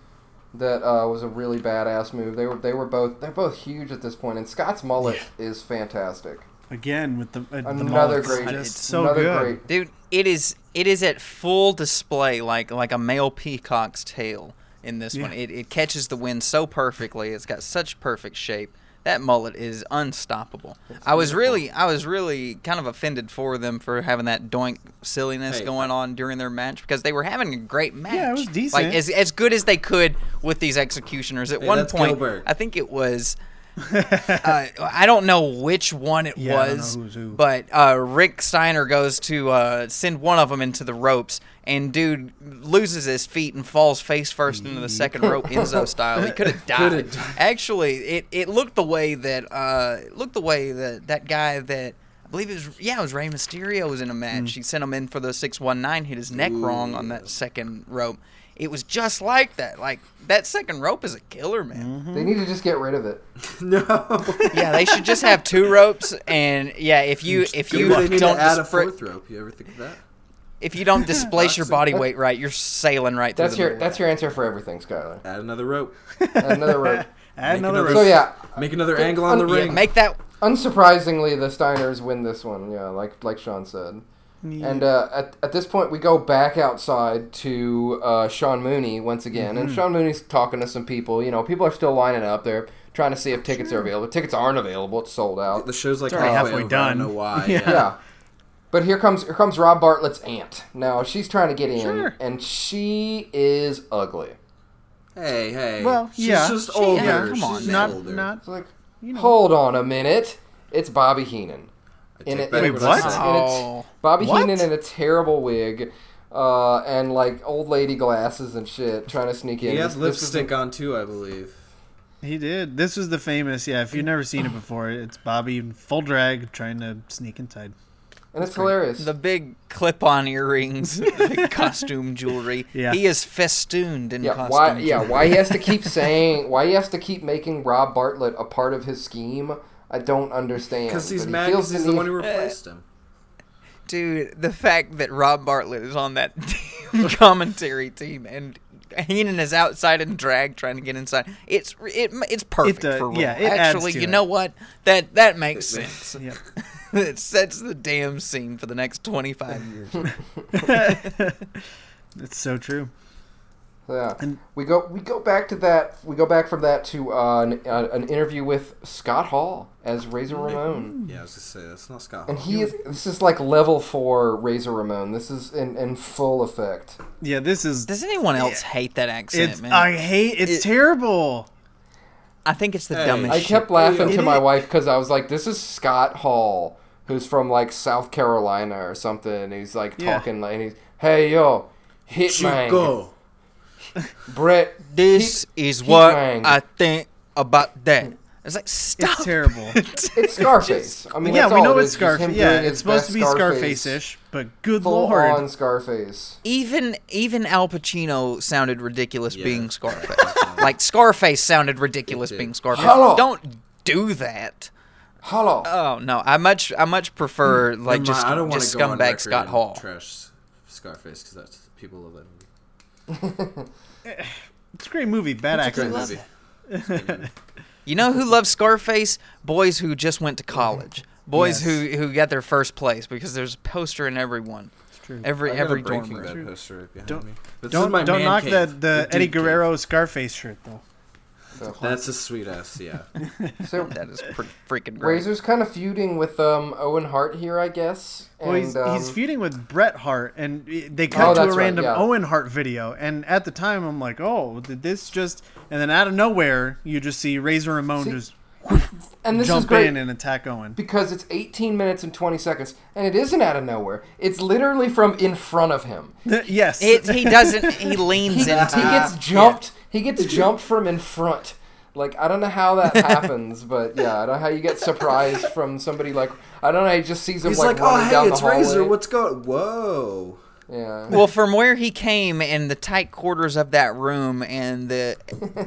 S3: that uh, was a really badass move. They were they were both they're both huge at this point, and Scott's mullet is fantastic.
S2: again with the uh, the
S3: Another
S2: mullets,
S3: great-
S2: just
S1: it's
S2: so
S3: Another
S2: good.
S3: great.
S1: Dude, it is it is at full display like like a male peacock's tail in this one.
S2: Yeah.
S1: It, it catches the wind so perfectly. It's got such perfect shape. That mullet is unstoppable. I was really I was really kind of offended for them for having that doink silliness
S5: Hey.
S1: going on during their match because they were having a great match.
S2: it was
S1: Like
S2: decent.
S1: as, as good as they could with these executioners. At
S5: Hey,
S1: one
S5: that's
S1: point,
S5: Gilbert.
S1: I think it was uh, I don't know which one it
S2: Yeah, I don't
S1: was,
S2: know who's who.
S1: but uh, Rick Steiner goes to uh, send one of them into the ropes, and dude loses his feet and falls face first into the second rope, Enzo style. He could have died.
S5: Coulda died.
S1: Actually, it, it looked the way that uh, it looked the way that that guy that. I believe it was yeah, it was Rey Mysterio was in a match.
S5: Mm.
S1: He sent him in for the six one nine, hit his neck wrong on that second rope. It was just like that. Like that second rope is a killer, man.
S5: Mm-hmm.
S3: They need to just get rid of it.
S5: No.
S1: Yeah, they should just have two ropes, and yeah, if you if you
S5: Maybe they need
S1: don't
S5: to add a
S1: dispra-
S5: fourth rope. You ever think of that?
S1: if you don't displace your body weight right, you're sailing right through
S3: That's
S1: the
S3: your
S1: middle.
S3: that's your answer for everything, Skylar.
S5: Add another rope.
S3: Another rope.
S2: Add
S5: Make
S2: another
S5: another-
S2: rope.
S3: So yeah,
S5: Make another angle on the
S3: um, Yeah,
S5: ring.
S1: Make that
S3: unsurprisingly, the Steiners win this one. Yeah, like like Sean said. And uh, at, at this point, we go back outside to uh, Sean Mooney once again,
S2: Mm-hmm.
S3: and Sean Mooney's talking to some people. You know, people are still lining up. They're trying to see if tickets are available. Tickets aren't available. It's sold out.
S5: the show's like
S2: already
S5: halfway,
S2: halfway
S5: over. I
S2: done.
S5: don't know why.
S2: Yeah.
S3: Yeah. But here comes here comes Rob Bartlett's aunt. Now she's trying to get in,
S2: Sure.
S3: and she is ugly.
S5: Hey, hey.
S2: Well,
S5: she's
S2: yeah.
S5: just
S2: She-
S5: older.
S1: yeah, come on,
S5: she's
S1: man.
S2: not
S5: older.
S2: not
S3: It's like,
S2: know.
S3: hold on a minute, it's Bobby Heenan.
S5: I
S3: in
S5: take
S3: it-
S5: back
S2: Wait,
S5: I
S2: what?
S5: said.
S3: And it's-
S1: oh
S3: Bobby
S2: What?
S3: Heenan in a terrible wig, uh, and like old lady glasses and shit, trying to sneak in.
S5: He
S3: This-
S5: has
S3: this
S5: lipstick
S3: is-
S5: on too, I believe.
S2: he did. This was the famous. Yeah, if you've never seen it before, it's Bobby in full drag trying to sneak inside.
S3: and it's hilarious.
S1: the big clip-on earrings, the big costume jewelry.
S2: Yeah.
S1: he is festooned in
S3: yeah,
S1: costume.
S3: why? Yeah,
S1: jewelry.
S3: why he has to keep saying? Why he has to keep making Rob Bartlett a part of his scheme? I don't understand.
S5: Because he's
S3: But he
S5: mad
S3: feels
S5: because he's the
S3: need-
S5: one who replaced him.
S1: dude. The fact that Rob Bartlett is on that damn commentary team and. Heenan is outside in drag trying to get inside. It's it, it's perfect
S2: does-
S1: for Raw.
S2: yeah, it adds
S1: Actually,
S2: to
S1: you
S2: it.
S1: know what? That that makes sense.
S2: Yeah.
S1: it sets the damn scene for the next 25 years.
S2: It's so true.
S3: Yeah, we go we go back to that. We go back from that to uh, an, uh, an interview with Scott Hall as Razor
S5: Mm-hmm.
S3: Ramon.
S5: Yeah, I was just say that's not Scott.
S3: And
S5: Hall.
S3: he is this is like level four Razor Ramon. This is in, in full effect.
S2: Yeah, this is.
S1: Does anyone else hate that accent,
S2: it's
S1: man?
S2: I hate. It's
S1: It- terrible.
S2: terrible.
S1: I think it's the
S5: Hey.
S1: dumbest
S3: I
S1: shit.
S3: kept laughing to
S2: It
S3: my
S2: is-
S3: wife because I was like, "This is Scott Hall, who's from like South Carolina or something." And he's like
S2: Yeah.
S3: talking like, and he's, "Hey yo, Hitman,
S5: Chico.
S3: Brett,
S1: This is
S3: keep
S1: what
S3: lying.
S1: I think about that. It's like, stop.
S2: It's terrible.
S3: it's Scarface." I mean,
S2: yeah,
S3: that's
S2: we
S3: all
S2: know
S3: it
S2: it's
S3: is, just him
S2: Scarface. Yeah,
S3: doing his
S2: it's supposed
S3: best
S2: to be Scarface-ish, but good
S3: full
S2: lord,
S3: on Scarface.
S1: Even even Al Pacino sounded ridiculous
S5: Yeah. Uh-uh.
S1: being Scarface. like Scarface sounded ridiculous
S5: did.
S1: being Scarface.
S3: Hello.
S1: Don't do that.
S3: Hello.
S2: Uh,
S1: Oh no, I much I much prefer like
S5: Hmm. Never
S1: just
S5: mind, I don't wanna
S1: just
S5: go on
S1: scumbag
S5: record
S1: Scott
S5: and
S1: Hall.
S5: Trash Scarface because that's people love that movie.
S2: it's a great movie. Bad
S5: Great
S2: acting.
S5: movie.
S1: You know who loves Scarface? Boys who just went to college. Boys who, who got their first place because there's a poster in every one.
S2: true.
S1: Every
S5: I got a
S1: every dorm
S5: Breaking
S1: room.
S5: Bad poster right behind
S2: Don't-
S5: me. But this is
S2: Don't
S5: my
S2: don't
S5: man
S2: knock
S5: cave,
S2: the, the
S5: dude
S2: Eddie
S5: cave.
S2: Guerrero Scarface shirt though.
S3: So-
S5: That's a sweet ass. Yeah.
S3: so
S1: That is pretty freaking great.
S3: Razor's kind of feuding with um, Owen Hart here, I guess. And,
S2: Well, he's,
S3: um, Oh,
S2: he's feuding with Bret Hart, and they cut to a
S3: that's right,
S2: random
S3: yeah.
S2: Owen Hart video. And at the time, I'm like, "Oh, did this just?" And then out of nowhere, you just see Razor Ramon
S3: See,
S2: just
S3: and this is
S2: jump
S3: great
S2: in and attack Owen.
S3: because it's 18 minutes and 20 seconds, and it isn't out of nowhere. It's literally from in front of him.
S2: yes,
S1: It, he doesn't. He
S3: He,
S1: leans
S3: he
S1: into.
S3: gets jumped. He gets jumped from in front. Like I don't know how that happens, but yeah, I don't know how you get surprised from somebody like I don't know. He just sees him
S5: He's
S3: like
S5: like,
S3: running
S5: oh hey,
S3: down
S5: it's
S3: the hallway.
S5: Razor. What's going? Whoa.
S3: Yeah.
S1: Well, from where he came and the tight quarters of that room and the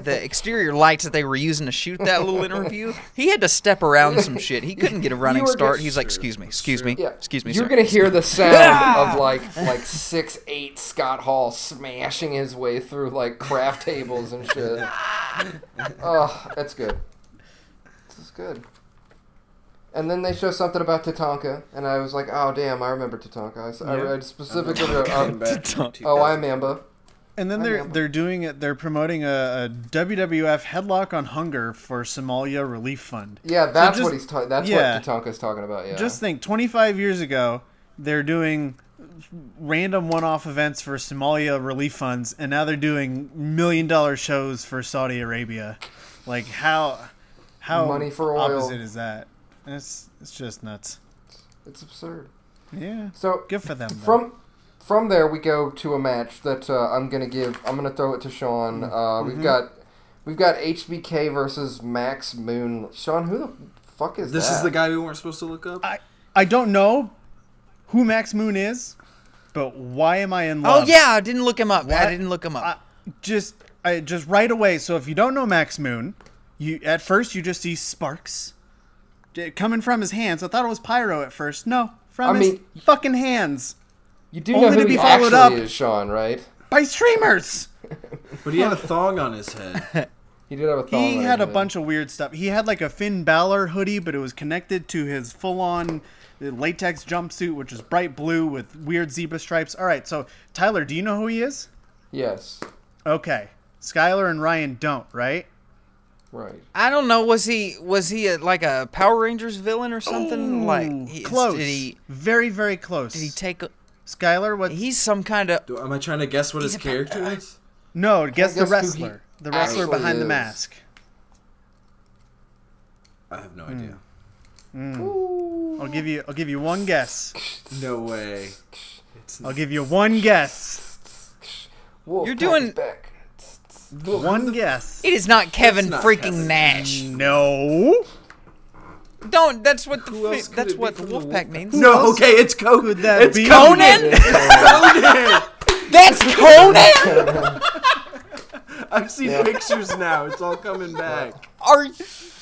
S1: the exterior lights that they were using to shoot that little interview, he had to step around some shit. He couldn't get a running
S3: were
S1: start.
S3: just-
S1: He's like, "Excuse me, excuse me,
S3: Yeah.
S1: excuse me."
S3: You're
S1: sir."
S3: gonna hear the sound of like like six eight Scott Hall smashing his way through like craft tables and shit. oh, that's good. This is good. And then they show something about Tatanka, and I was like, "Oh damn, I remember Tatanka." I, s- I read specifically. Um, oh, I remember.
S2: And then they're
S3: know.
S2: they're doing it. They're promoting a, a WWF headlock on hunger for Somalia relief fund.
S3: Yeah, that's
S2: just-
S3: what he's talking. That's
S2: yeah.
S3: what Tatanka's talking about. Yeah.
S2: Just think, 25 years ago, they're doing random one-off events for Somalia relief funds, and now they're doing million-dollar shows for Saudi Arabia. Like how how
S3: Money for oil.
S2: opposite is that? And it's it's just nuts.
S3: it's absurd.
S2: Yeah,
S3: So
S2: good for them. though.
S3: From from there, we go to a match that uh, I'm gonna give. I'm gonna throw it to Sean. Uh,
S2: Mm-hmm.
S3: We've got we've got HBK versus Max Moon. Sean, who the fuck is
S5: This
S3: is
S5: is the guy we weren't supposed to look up.
S2: I I don't know who Max Moon is, but why am I in
S1: Oh
S2: love?
S1: yeah, I didn't look him up.
S2: What?
S1: I didn't look him up.
S2: I, just I just right away. So if you don't know Max Moon, you at first you just see sparks d- coming from his hands. I thought it was pyro at first. No, from
S3: I
S2: his
S3: mean-
S2: fucking hands
S3: You do
S2: only
S3: know who
S2: to be
S3: he
S2: followed
S3: actually
S2: up-
S3: is, Sean, right?
S2: by streamers.
S5: But he had a thong on his head.
S3: He did have a thong.
S2: He
S3: on
S2: had a
S3: him.
S2: bunch of weird stuff. He had like a Finn Balor hoodie, but it was connected to his full-on uh, latex jumpsuit, which is bright blue with weird zebra stripes. All right, so Tyler, do you know who he is?
S3: Yes,
S2: Okay, Skylar and Ryan don't, right?
S3: right.
S1: I don't know. Was he was he a, like a Power Rangers villain or something? Mm, like he-
S2: close.
S1: Did he
S2: very, very close.
S1: did he take? a-
S2: Skylar, what?
S1: He's some kind of.
S5: Do- Am I trying to guess what his character is?
S2: No, guess, the
S3: guess who he
S2: wrestler. The wrestler
S3: actually
S2: behind the
S3: is.
S2: mask.
S5: I have no idea.
S2: I'll give you. I'll give you one guess.
S5: No way.
S2: I'll give you one guess.
S3: Wolf
S1: You're
S3: Pack
S1: doing-
S3: is back.
S2: One guess.
S1: It is not Kevin
S5: not
S1: freaking
S5: Kevin.
S1: Nash.
S2: No.
S1: Don't. That's what the fi-
S5: else could
S1: that's
S5: it be
S1: what the
S5: from the
S1: Wolfpack means.
S5: No, okay, it's Conan.
S2: Could that
S5: it's
S2: be?
S5: Conan.
S1: That's Conan.
S5: I've seen pictures now. It's all coming back.
S1: Are
S2: Uh,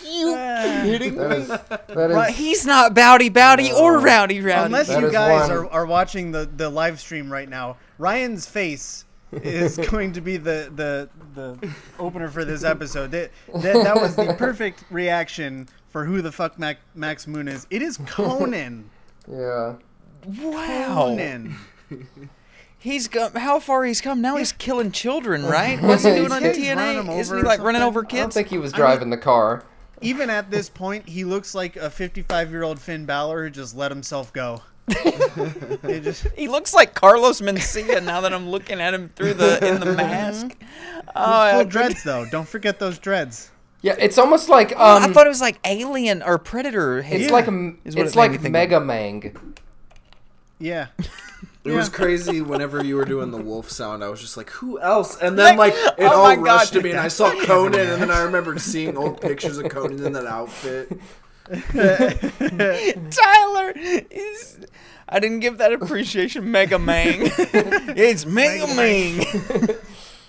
S1: you?
S3: That is that is
S1: He's not Bowdy Bowdy or Rowdy Rowdy.
S2: Unless
S3: That
S2: you
S3: is
S2: guys
S3: one.
S2: are, are watching the, the live stream right now, Ryan's face is going to be the the, the opener for this episode. That, that that was the perfect reaction for who the fuck Mac, Max Moon is. It is Conan.
S3: yeah. Oh.
S1: wow.
S2: Conan.
S1: He's go- how far he's come now. He's killing children, right? What's he doing on
S2: Yeah, he's running them
S1: TNA? Isn't he
S2: over or
S1: like running
S2: something.
S1: over
S3: I don't
S1: kids?
S3: think he was driving the car.
S2: Even at this point, he looks like a 55 year old Finn Balor who just let himself go. It just-
S1: He looks like Carlos Mencia now that I'm looking at him through the in the mask. Oh, I
S2: full
S1: couldn't-
S2: dreads though. Don't forget those dreads.
S3: Yeah, it's almost like um.
S1: I thought it was like Alien or Predator.
S3: it's
S2: Yeah.
S3: like a,
S1: Is what
S3: it's
S1: it made me
S3: like
S1: think of.
S3: Mega Mang.
S2: Yeah.
S5: It was crazy whenever you were doing the wolf sound. I was just like, who else?
S1: Like,
S5: And then, like, it
S1: oh my
S5: all
S1: God,
S5: rushed to
S1: dude,
S5: me, and I saw Conan, and then I remembered seeing old pictures of Conan in that outfit.
S1: Tyler is. I didn't give that appreciation. Mega Mang. it's Mega Mang.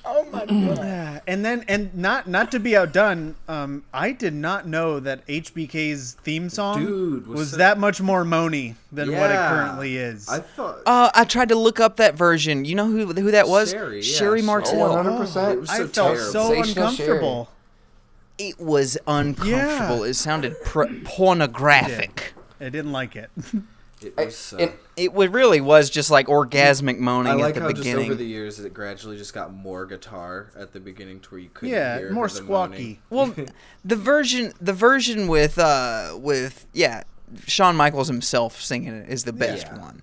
S1: oh my god.
S2: Yeah, and then and not not to be outdone, um, I did not know that HBK's theme song
S5: Dude,
S2: was,
S5: was so-
S2: that much more moany than what it
S5: Yeah.
S2: currently is.
S5: I thought
S1: Uh, I tried to look up that version. You know who who that was?
S5: Sherry,
S1: Sherry
S5: yeah, Sherry.
S1: Martel.
S3: One hundred
S5: it
S3: percent.
S5: was
S2: I
S5: so
S2: felt
S5: terrible.
S2: so
S3: Sensational
S2: uncomfortable.
S1: It was uncomfortable. It sounded pr- pornographic.
S2: I didn't like it.
S5: It was so.
S3: And
S1: It wa- really was just like orgasmic moaning
S5: I like
S1: at the
S5: how
S1: beginning.
S5: just over the years it gradually just got more guitar at the beginning to where you couldn't
S2: yeah,
S5: hear
S2: more
S5: the
S2: squawky.
S1: well,
S5: moaning.
S1: the version the version with uh with yeah, Shawn Michaels himself singing it is the best
S5: Yeah.
S1: one.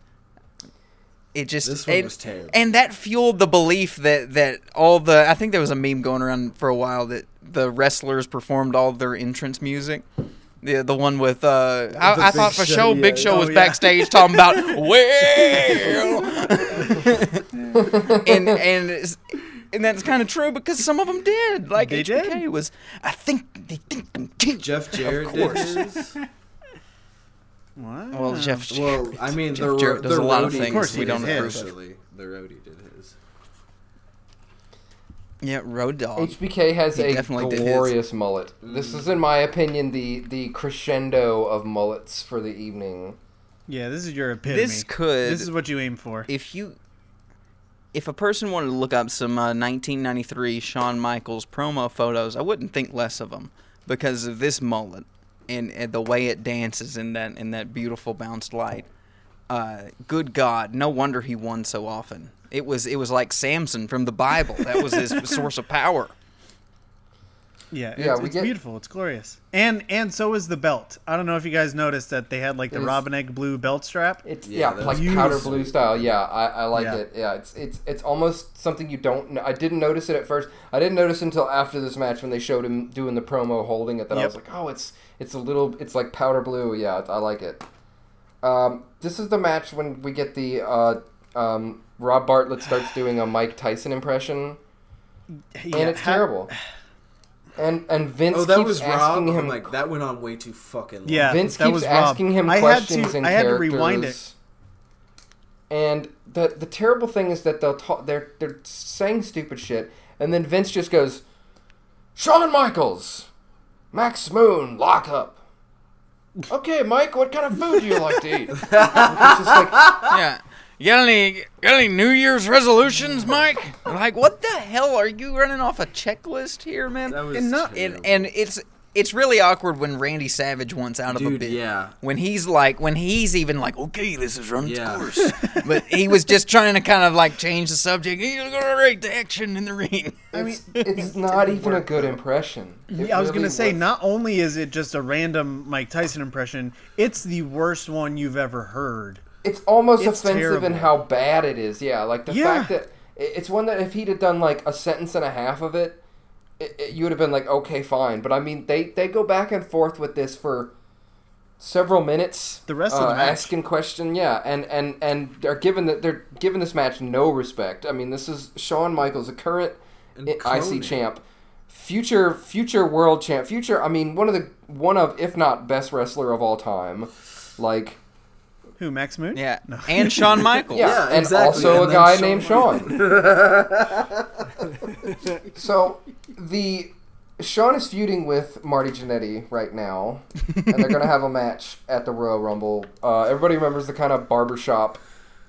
S1: It just
S5: This one
S1: and-
S5: was terrible.
S1: and that fueled the belief that that all the I think there was a meme going around for a while that the wrestlers performed all their entrance music. The, the one with uh,
S5: The
S1: I, I
S5: Big
S1: thought for
S5: Show,
S1: sure
S5: yeah.
S1: Big Show
S2: Oh,
S1: was
S2: yeah.
S1: backstage talking about well, and and it's, and that's kind of true because some of them did. Like
S2: They
S1: HBK
S2: did.
S1: was, I think they think I'm king.
S5: Jeff Jarrett
S1: Of
S5: did
S1: course.
S5: his.
S2: Wow.
S1: Well, Jeff.
S5: Well, I mean,
S1: Jeff
S5: the, ro-
S2: Oh,
S1: Jarrett does
S5: the
S1: a lot of
S5: roadies
S1: things
S2: we
S5: did
S2: don't
S5: it
S2: approve of.
S5: partially, the roadie did his.
S1: Yeah, Road Dog.
S3: HBK has
S1: He
S3: a
S1: definitely did his.
S3: glorious mullet. This is, in my opinion, the the crescendo of mullets for the evening.
S2: Yeah, this is your epitome.
S1: This could-
S2: This is what you aim for.
S1: if you if a person wanted to look up some uh, 1993 Shawn Michaels promo photos, I wouldn't think less of them because of this mullet and, and the way it dances in that in that beautiful bounced light. Uh, good God, no wonder he won so often. It was it was like Samson from the Bible. That was his source of power.
S2: Yeah,
S3: Yeah,
S2: it's,
S3: we
S2: it's
S3: get-
S2: beautiful. It's glorious. And and so is the belt. I don't know if you guys noticed that they had like the
S3: It is-
S2: robin egg blue belt strap.
S3: It's
S5: Yeah,
S3: yeah,
S5: that's
S3: like
S2: beautiful.
S3: powder blue style. Yeah, I, I like
S2: Yeah.
S3: it. Yeah, it's it's it's almost something you don't. kn- I didn't notice it at first. I didn't notice until after this match when they showed him doing the promo holding it. That I was
S2: Yep.
S3: like, oh, it's it's a little. It's like powder blue. Yeah, I like it. Um, this is the match when we get the uh, um, Rob Bartlett starts doing a Mike Tyson impression.
S2: Yeah,
S3: and it's
S2: ha-
S3: terrible. And and Vince
S5: Oh, that
S3: keeps
S5: was Rob.
S3: asking
S5: I'm
S3: him.
S5: like that went on way too fucking long.
S2: Yeah.
S3: Vince
S2: that
S3: keeps
S2: was Rob.
S3: asking him
S2: I had to-
S3: questions and
S2: I had to rewind
S3: characters. And the the terrible thing is that they'll talk. They're they're saying stupid shit, and then Vince just goes, "Shawn Michaels, Max Moon, lock up." Okay, Mike, what kind of food do you like to eat? it's just like,
S1: Yeah. You got any got any New Year's resolutions, Mike? Like, what the hell are you running off a checklist here, man?
S5: That was
S2: And not-
S1: and
S5: terrible.
S1: and it's it's really awkward when Randy Savage wants out of a
S5: Dude,
S1: bit.
S5: yeah.
S1: When he's like, when he's even like, okay, this is run its
S5: Yeah.
S1: course. but he was just trying to kind of like change the subject. You're gonna rate the action in the ring.
S2: I mean,
S3: it's, it's not even a good impression. It
S2: Yeah, I was
S3: really
S2: gonna say,
S3: was-
S2: not only is it just a random Mike Tyson impression, it's the worst one you've ever heard.
S3: It's almost
S2: It's
S3: offensive in
S2: terrible.
S3: how bad it is. Yeah, like the
S2: Yeah.
S3: fact that i- it's one that if he'd have done like a sentence and a half of it, it, it you would have been like, okay, fine. But I mean, they they go back and forth with this for several minutes. uh,
S2: The rest of the match.
S3: asking question, yeah, and and and they're given that they're giving this match no respect. I mean, this is Shawn Michaels, a current
S5: And
S3: i- IC
S5: cloning.
S3: champ, future future world champ, future. I mean, one of the one of if not best wrestler of all time, like.
S2: Who, Max Moon?
S1: Yeah. And Shawn Michaels.
S3: Yeah,
S5: Yeah,
S3: and
S5: exactly,
S3: also
S5: and
S3: a
S5: then
S3: guy
S5: Shawn
S3: named Sean. so the Sean is feuding with Marty Jannetty right now, and they're gonna have a match at the Royal Rumble. Uh, everybody remembers the kind of barbershop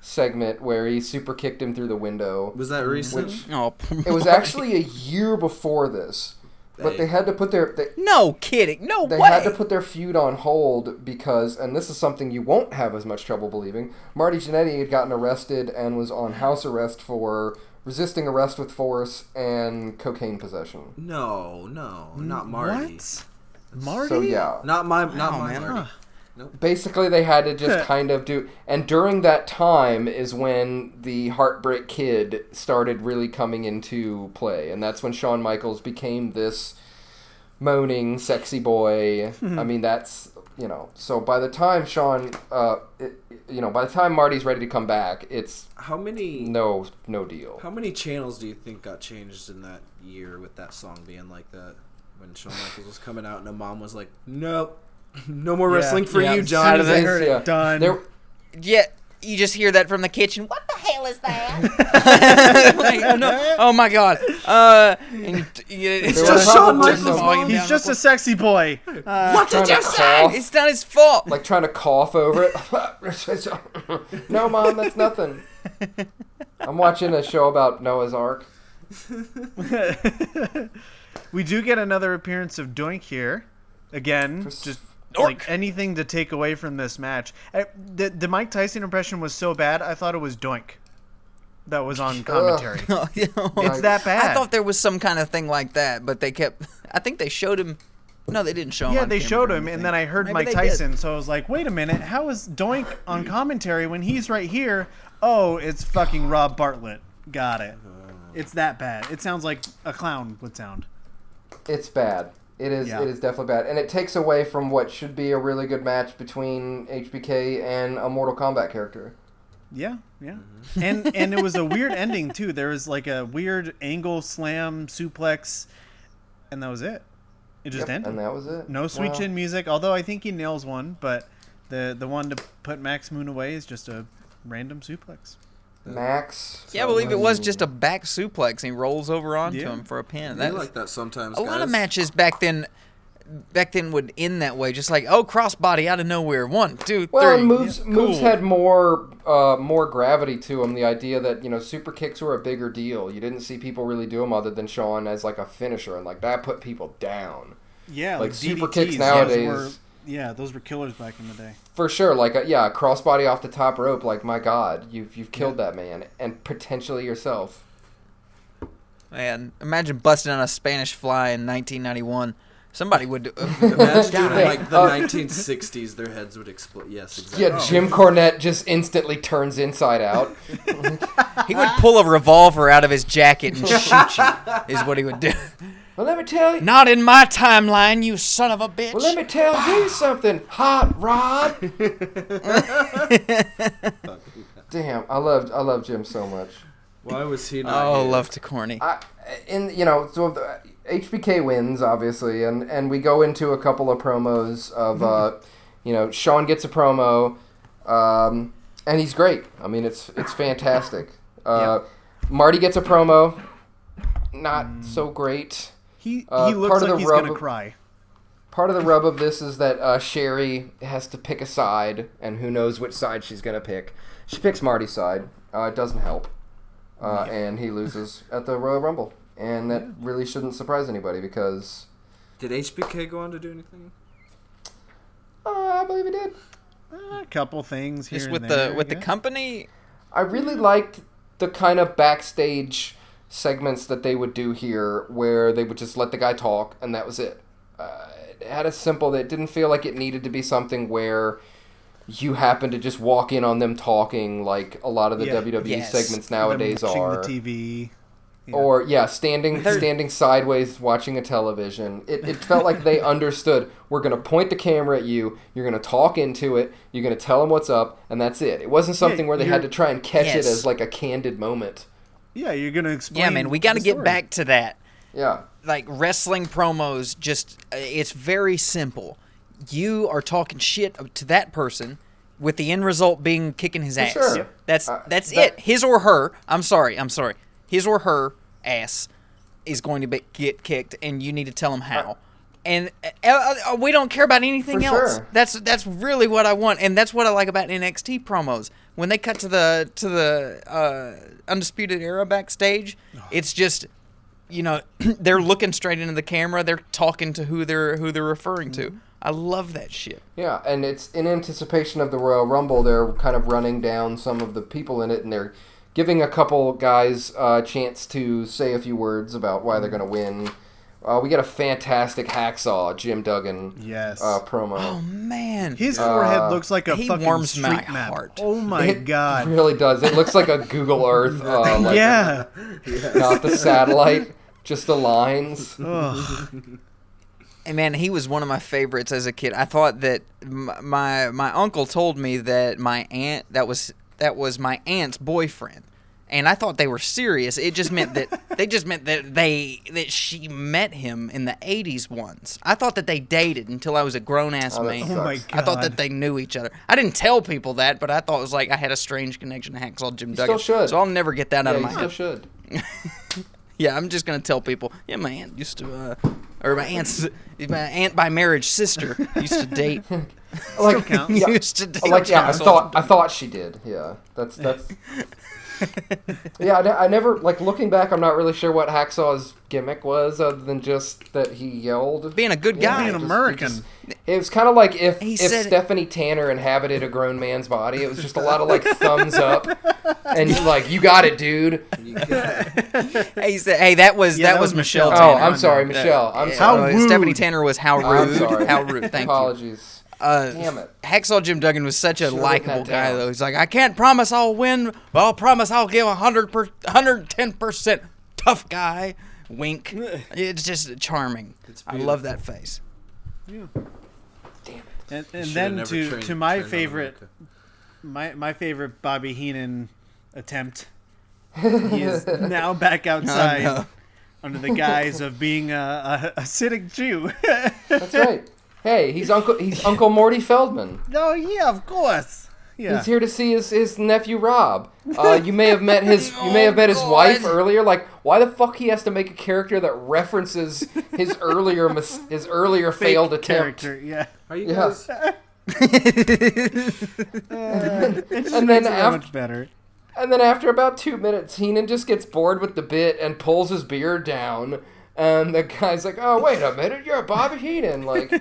S3: segment where he super kicked him through the window.
S5: was that recent?
S1: Oh,
S3: It was actually a year before this, but
S5: Hey.
S3: they had to put their they,
S1: no kidding. No
S3: they
S1: way.
S3: had to put their feud on hold because, and this is something you won't have as much trouble believing, Marty Jannetty had gotten arrested and was on house arrest for resisting arrest with force and cocaine possession.
S5: no, no, not Marty.
S2: What? Marty?
S3: So yeah.
S5: Not my, not
S1: Wow,
S5: my
S1: man.
S5: Marty.
S3: Basically, they had to just kind of do, and during that time is when the Heartbreak Kid started really coming into play, and that's when Shawn Michaels became this moaning sexy boy. I
S2: Hmm.
S3: mean, that's you know. So by the time Sean, uh, it, you know, by the time Marty's ready to come back, it's
S5: How many?
S3: no, no deal.
S5: How many channels do you think got changed in that year with that song being like that? When Shawn Michaels was coming out and a mom was like, "Nope, no more wrestling for
S1: Yeah,
S5: you,
S1: as
S5: John."
S1: soon as
S2: I
S1: they-
S2: heard it.
S3: Yeah.
S2: Done.
S3: There,
S1: yeah. You just hear that from the kitchen. What the hell is that? Like, no- oh my god. Uh, and, yeah, it's
S3: There
S1: just
S3: was
S1: Shawn
S3: probably
S1: Michaels.
S3: some-
S1: volume
S2: He's
S1: down
S2: just
S1: before-
S2: a sexy boy.
S1: What did
S3: trying
S1: you
S3: to
S1: say?
S3: cough.
S1: It's not his fault.
S3: like trying to cough over it. no, mom, that's nothing. I'm watching a show about Noah's Ark.
S2: we do get another appearance of Doink here. Again, just
S1: Dork.
S2: like anything to take away from this match. Uh, The, the Mike Tyson impression was so bad, I thought it was Doink that was on commentary.
S1: Oh,
S2: it's that bad.
S1: I thought there was some kind of thing like that, but they kept. I think they showed him. No, they didn't show him.
S2: yeah,
S1: on
S2: they
S1: camera
S2: showed
S1: or
S2: him, and
S1: anything.
S2: then I heard
S1: Maybe
S2: Mike
S1: they
S2: Tyson, so I was like, wait a minute, how is Doink on commentary when he's right here? Oh, it's fucking Rob Bartlett. Got it. It's that bad. It sounds like a clown would sound.
S3: It's bad. It is.
S2: Yeah.
S3: It is definitely bad, and it takes away from what should be a really good match between HBK and a Mortal Kombat character.
S2: Yeah, yeah.
S1: Mm-hmm.
S2: And and it was a weird ending too. There was like a weird angle slam suplex and that was it. It just ended.
S3: And that was it.
S2: No sweet
S3: Wow.
S2: chin music, although I think he nails one, but the the one to put Max Moon away is just a random suplex.
S5: that.
S3: Max. um,
S1: Yeah, I believe it was just a back suplex. and He rolls over onto
S2: Yeah.
S1: him for a pin.
S5: Oh. They
S1: That's
S5: like that sometimes.
S1: a lot of
S5: guys.
S1: matches back then. Back then would end that way, just like oh crossbody out of nowhere. One, two, three.
S3: Well, and moves
S1: Yeah,
S3: moves
S1: cool.
S3: had more uh, more gravity to them. The idea that you know super kicks were a bigger deal. You didn't see people really do them other than Sean as like a finisher, and like that put people down
S2: Yeah,
S3: Like super
S2: DDTs,
S3: kicks
S2: those
S3: nowadays.
S2: were- yeah, those were killers back in the day.
S3: for sure. Like uh, yeah, a crossbody off the top rope. Like my God, you've you've killed that man and potentially yourself.
S1: Man, imagine busting on a Spanish fly in 1991. Somebody would. uh,
S5: Imagine doing
S3: Hey,
S5: it like the
S3: uh,
S5: 1960s, their heads would explode. Yes, exactly.
S3: Yeah, Jim Cornette just instantly turns inside out.
S1: he would pull a revolver out of his jacket and shoot you. Is what he would do.
S3: well, let me tell you.
S1: Not in my timeline, you son of a bitch.
S3: Well, let me tell you something, Hot Rod. Damn, I loved I love Jim so much.
S5: Why was he not?
S1: oh,
S5: here?
S1: love to corny.
S3: I, in you know, so the, HBK wins obviously, and and we go into a couple of promos of, uh, you know, Sean gets a promo, um, and he's great. I mean, it's it's fantastic. Uh, Marty gets a promo, not so great.
S2: He
S3: Uh,
S2: he
S3: part
S2: looks
S3: of
S2: like
S3: the
S2: he's gonna
S3: rub-
S2: cry.
S3: Part of the rub of this is that uh, Sherry has to pick a side, and who knows which side she's gonna pick. She picks Marty's side. Uh, it doesn't help, uh, and he loses at the Royal Rumble, and that really shouldn't surprise anybody because
S5: Did HBK go on to do anything?
S3: uh, I believe he did.
S2: A couple things here
S1: Just
S2: and
S1: with
S2: there,
S1: the
S2: I
S1: with the
S2: guess.
S1: company.
S3: I really liked the kind of backstage segments that they would do here, where they would just let the guy talk, and that was it. Uh, it had a simple. It didn't feel like it needed to be something where you happen to just walk in on them talking, like a lot of the
S2: Yeah.
S3: WWE
S1: Yes.
S3: segments
S2: Them
S3: nowadays
S2: watching
S3: are.
S2: the TV. yeah.
S3: Or yeah, standing
S1: They're-
S3: standing sideways watching a television. It, it felt like they understood. We're gonna point the camera at you. You're gonna talk into it. You're gonna tell them what's up, and that's it. It wasn't something where they had to
S2: you're-
S3: try and catch
S1: Yes.
S3: it as like a candid moment.
S2: Yeah, you're gonna explain.
S1: Yeah, man, we got to
S2: the
S1: get
S2: story.
S1: back to that.
S3: Yeah,
S1: like wrestling promos just uh, it's very simple you are talking shit to that person with the end result being kicking his ass
S3: sure. Yep.
S1: that's
S3: Uh,
S1: that's
S3: that-
S1: it his or her i'm sorry i'm sorry his or her ass is going to be, get kicked and you need to tell him how and uh, uh, uh, we don't care about anything
S3: For
S1: else
S3: sure.
S1: that's that's really what i want and that's what i like about NXT promos when they cut to the to the uh, undisputed era backstage it's just you know they're looking straight into the camera they're talking to who they're who they're referring to
S3: Mm-hmm.
S1: i love that shit
S3: yeah, and it's in anticipation of the Royal Rumble. They're kind of running down some of the people in it, and they're giving a couple guys uh, a chance to say a few words about why they're gonna win. Uh, we get a fantastic hacksaw Jim Duggan
S2: Yes.
S3: uh, promo.
S1: oh man
S2: His forehead looks like a
S1: he
S2: fucking
S1: warms
S2: street
S1: my
S2: map.
S1: heart.
S2: Oh my
S3: It
S2: god.
S3: really does. It looks like a Google Earth, uh, like
S2: yeah.
S3: not the satellite, just the lines.
S1: Oh
S2: Ugh.
S1: And man, he was one of my favorites as a kid. I thought that m- my my uncle told me that my aunt that was that was my aunt's boyfriend, and I thought they were serious. It just meant that they just meant that they that she met him in the '80s once. I thought that they dated until I was a grown ass
S3: Oh, that
S1: man.
S2: Oh my god.
S3: Sucks.
S1: I thought that they knew each other. I didn't tell people that, but I thought it was like I had a strange connection to Hacksaw Jim Duggan.
S3: still should.
S1: So I'll never get that out
S3: Yeah,
S1: of
S3: you
S1: my
S3: still
S1: head.
S3: should.
S1: Yeah, I'm just gonna tell people. Yeah, my aunt used to, uh, or my aunt's, my aunt by marriage sister used to date.
S3: Like,
S2: counts.
S3: yeah,
S1: used to date.
S3: Oh, like yeah, I
S1: Hacksaw
S3: thought I thought she did. Yeah, that's that's. yeah, I, ne- I never like looking back. I'm not really sure what Hacksaw's gimmick was, other than just that he yelled.
S1: Being a good guy.
S2: Being
S3: he just- he
S2: American.
S3: just- it was kind of like if
S1: He
S3: if
S1: said-
S3: Stephanie Tanner inhabited a grown man's body. It was just a lot of like thumbs up, and like you got it, dude.
S5: You got-
S1: Hey, he said, hey, that was
S2: Yeah,
S1: that, was Michelle.
S3: Oh,
S1: Tanner.
S3: I'm sorry,
S2: Yeah.
S3: Michelle. I'm
S1: Yeah,
S3: sorry.
S2: How
S1: uh, Stephanie
S2: rude.
S1: Tanner was how
S3: I'm sorry.
S1: rude. How rude. Thank you.
S3: Apologies.
S1: Uh,
S3: Damn it.
S1: Hacksaw Jim Duggan was such a
S3: Should've written
S1: likable
S3: that
S1: guy,
S3: down.
S1: though. He's like, I can't promise I'll win, but I'll promise I'll give 100 per, 110% tough guy wink. it's just charming. I love that face.
S2: And, and
S5: Should've
S2: then
S5: never
S2: to
S5: trained-
S2: to my
S5: trained on
S2: favorite
S5: America.
S2: my my favorite Bobby Heenan attempt. He is now back outside
S1: no.
S2: under the guise of being a, a, a Siddick Jew.
S3: That's right. Hey, he's Uncle he's Uncle Morty Feldman.
S2: no, yeah, Oh, of course. Yeah.
S3: He's here to see his, his nephew Rob. Uh, you may have met his you may have met his wife earlier. Like, why the fuck he has to make a character that references his earlier mis- his earlier failed attempt?
S2: character. Yeah.
S5: Are you
S3: Yeah.
S5: guys?
S2: It just
S3: And
S2: makes
S3: then
S2: it that
S3: af-
S2: much better.
S3: And then after about two minutes, Heenan just gets bored with the bit and pulls his beer down. And the guy's like, "Oh, wait a minute, you're Bobby Heenan!" Like,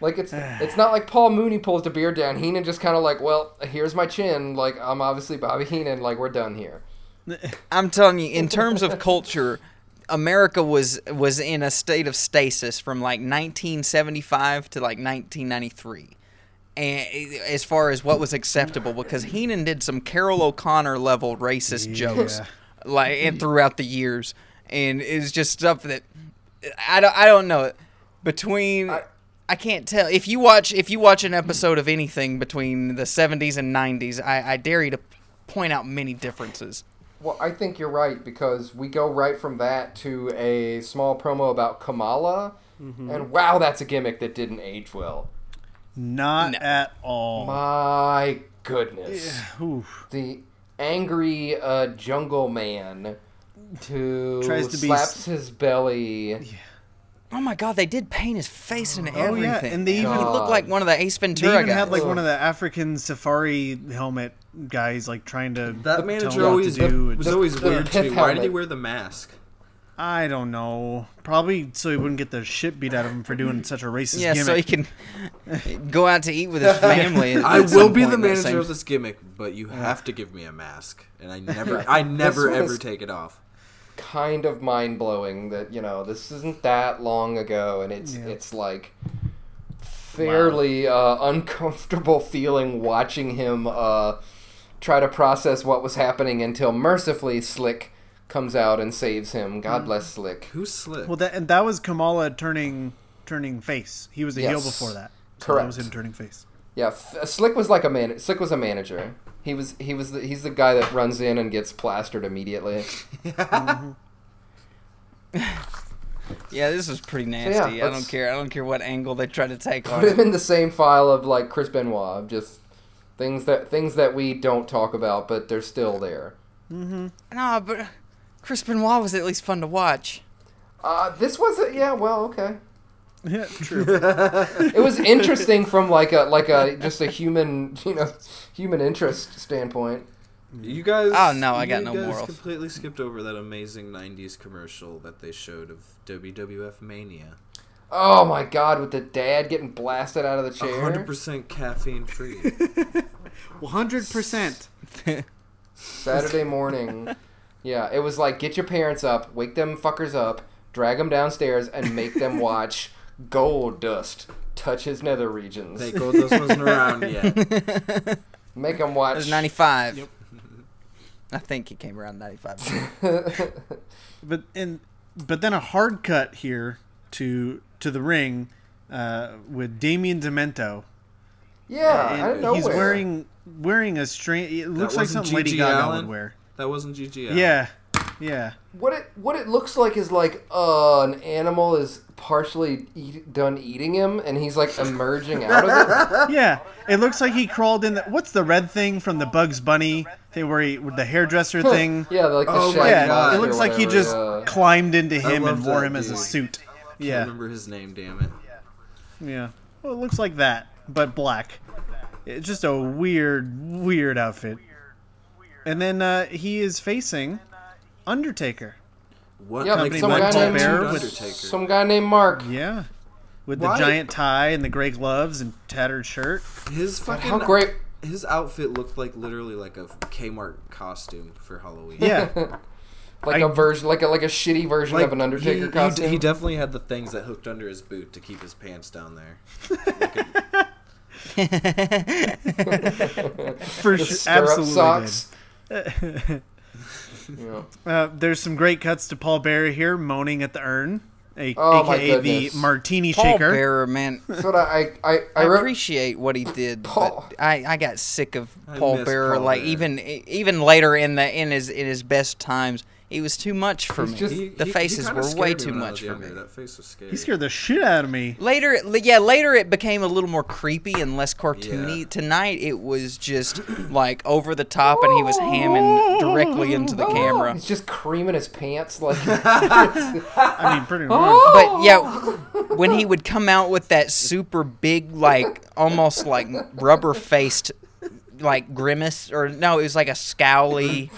S3: like it's it's not like Paul Mooney pulls the beer down. Heenan just kind of like, "Well, here's my chin. Like, I'm obviously Bobby Heenan. Like, we're done here."
S1: I'm telling you, in terms of culture, America was was in a state of stasis from like 1975 to like 1993, and eh, as far as what was acceptable, because Heenan did some Carol O'Connor level racist jokes,
S2: Yeah.
S1: like and throughout the years, and it's just stuff that I don't I don't know between. I, can't tell if you watch if you watch an episode of anything between the 70s and 90s. I, I dare you to point out many differences.
S3: Well, I think you're right because we go right from that to a small promo about Kamala, and wow, that's a gimmick that didn't age well.
S2: Not at all.
S3: My goodness,
S2: Oof.
S3: the angry uh, jungle man who
S2: Tries to be
S3: slaps his belly.
S1: Oh my god, they did paint his face and
S2: Oh,
S1: everything.
S2: yeah, and they even-
S1: he looked like one of the Ace
S2: They
S1: Ventura
S2: even
S1: guys.
S2: had like
S3: Ugh.
S2: one of the African safari helmet guys like trying to
S5: That
S2: tell
S5: manager
S2: him what to
S5: always
S2: do.
S5: was
S2: and-
S5: always
S3: the
S5: weird to
S3: pith
S5: me. Why did he
S3: helmet.
S5: wear the mask?
S2: I don't know. Probably so he wouldn't get the shit beat out of him for doing such a racist
S1: yeah,
S2: gimmick.
S1: so he can go out to eat with his family. at-
S5: I
S1: at some
S5: will be
S1: point
S5: the
S1: in that
S5: manager
S1: same-
S5: of this gimmick, but you have to give me a mask, and I never, I never
S3: one
S5: ever
S3: is-
S5: take it off.
S3: kind of mind blowing that you know this isn't that long ago, and it's it's like fairly uh, uncomfortable feeling watching him uh, try to process what was happening until mercifully Slick comes out and saves him.
S2: Mm.
S3: God bless Slick.
S5: Who's slick?
S2: Well, that and that was Kamala turning turning face. He was a heel
S3: Yes.
S2: before that. So That was
S3: Correct.
S2: him turning face.
S3: Yeah, F- Slick was like a man. Slick was a manager. He was he was the, he's the guy that runs in and gets plastered immediately.
S1: Yeah, this was pretty
S3: yeah,
S1: nasty. I
S3: let's-
S1: don't care. I don't care what angle they try to take on
S3: Put him
S1: it.
S3: in the same file of like Chris Benoit, of just things that things that we don't talk about, but they're still there.
S1: Nah, but Chris Benoit was at least fun to watch.
S3: Uh, this was a, yeah, well, okay.
S2: Yeah, true.
S3: It was interesting from like a like a just a human you know human interest standpoint.
S5: you guys?
S1: Oh, no, I got
S5: you
S1: no
S5: guys
S1: morals.
S5: Completely skipped over that amazing '90s commercial that they showed of WWF Mania.
S3: Oh my god, with the dad getting blasted out of the chair.
S5: 100% caffeine free.
S2: One hundred percent.
S3: Saturday morning. Yeah, it was like get your parents up, wake them fuckers up, drag them downstairs, and make them watch gold dust touch his nether regions.
S5: Thank God this wasn't around yet.
S3: Make them
S1: It was
S3: watch.
S1: 95. I think he came around 95.
S2: But and but then a hard cut here to to the ring uh, with Damien Demento.
S3: yeah,
S2: And
S3: I don't know
S2: he's
S3: where.
S2: wearing wearing a strange. It looks like
S5: wasn't
S2: something Lady
S5: Gigi
S2: Gaga
S5: Allen? Oh.
S2: would wear.
S5: That wasn't GG.
S2: Yeah, yeah.
S3: What it what it looks like is like uh, an animal is partially eat, done eating him, and he's like emerging out of it.
S2: Yeah, it looks like he crawled in. The, what's the red thing from the Bugs Bunny? They were he- with the hairdresser thing.
S3: Yeah, like the
S5: Oh my
S3: shaggy
S5: Yeah,
S2: Yeah,
S3: monster
S2: it looks
S3: or
S2: like he
S3: whatever,
S2: just
S3: yeah.
S2: climbed into him
S5: love
S2: and wore
S5: that
S2: him as a
S5: dude.
S2: suit.
S5: I
S2: Yeah,
S5: remember his name, damn it.
S2: yeah. Well, it looks like that, but black. It's just a weird, weird outfit. And then uh, he is facing Undertaker.
S5: What
S3: yeah, like
S2: Company
S3: some
S2: by
S3: guy
S2: Paul
S3: named
S2: Bear with
S5: Undertaker.
S3: some guy named Mark.
S2: Yeah, with
S5: Why-
S2: the giant tie and the gray gloves and tattered shirt.
S5: His fucking
S3: How great!
S5: His outfit looked like literally like a Kmart costume for Halloween.
S2: Yeah,
S3: Like a
S2: I-
S3: version, like a like a shitty version
S5: Like,
S3: of an Undertaker
S5: he- he, d-
S3: costume.
S5: He, definitely had the things that hooked under his boot to keep his pants down there.
S2: for sure,
S3: the stirrup
S2: absolutely. did.
S3: socks. yeah.
S2: Uh, there's some great cuts to Paul Bearer here moaning at the urn, a,
S3: Oh, my
S2: aka the
S3: goodness.
S2: martini
S1: Paul
S2: shaker.
S1: Bearer, man.
S3: That's what I I I, I
S1: I
S3: wrote.
S1: appreciate what he did,
S3: Paul-
S1: but I, I got sick of
S5: I
S1: Paul
S5: miss
S1: Bearer.
S5: Paul
S1: like e,
S5: Bearer.
S1: even even later in the in his in his best times, He was too much for me.
S3: just-
S5: He-
S1: the
S5: he- he
S1: faces
S5: kinda
S1: were
S5: scared
S1: way
S5: me
S1: too
S5: when I
S1: much
S5: was
S1: for
S5: younger.
S1: me.
S5: That face was scary.
S2: He scared the shit out of me.
S1: Later, l- yeah, later it became a little more creepy and less cartoony.
S5: Yeah.
S1: Tonight it was just like over the top, and he was hamming directly into the camera.
S3: He's just creaming his pants like.
S2: I mean, pretty much.
S1: But yeah, when he would come out with that super big, like almost like rubber faced, like grimace, or no, it was like a scowly,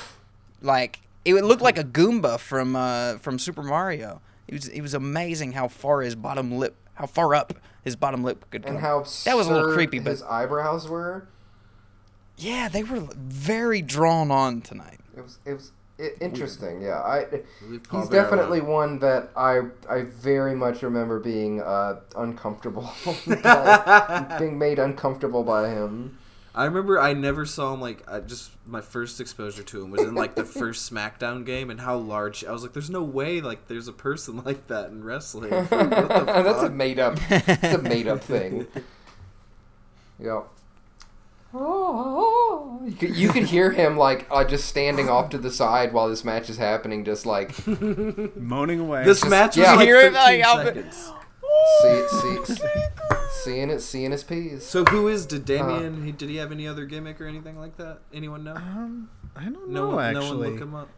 S1: like it would look like a Goomba from uh, from Super Mario. It was it was amazing how far his bottom lip, how far up his bottom lip could go.
S3: and how
S1: that was a little
S3: absurd
S1: creepy, but
S3: his eyebrows were.
S1: yeah, they were very drawn on tonight.
S3: It was it was i interesting. Yeah, I
S5: Leave Paul
S3: he's
S5: Bear
S3: definitely
S5: alone.
S3: one that I I very much remember being uh, uncomfortable, by, being made uncomfortable by him.
S5: I remember I never saw him like I just my first exposure to him was in like the first SmackDown game and how large I was like there's no way like there's a person like that in wrestling. What the
S3: That's a
S5: fuck?
S3: made up. It's a made up thing. Yep. Oh, you could, you could hear him like uh, just standing off to the side while this match is happening, just like see,
S2: Moaning away.
S5: This match was
S3: yeah.
S5: like
S1: Hear it,
S5: 13
S1: like, I'll be-
S5: seconds.
S3: see, see, seeing it, seeing his piece.
S5: So who is did Damien? he, did he have any other gimmick or anything like that? Anyone know?
S2: Um, I don't
S5: No
S2: know
S5: one. No one
S2: actually.
S5: look him up.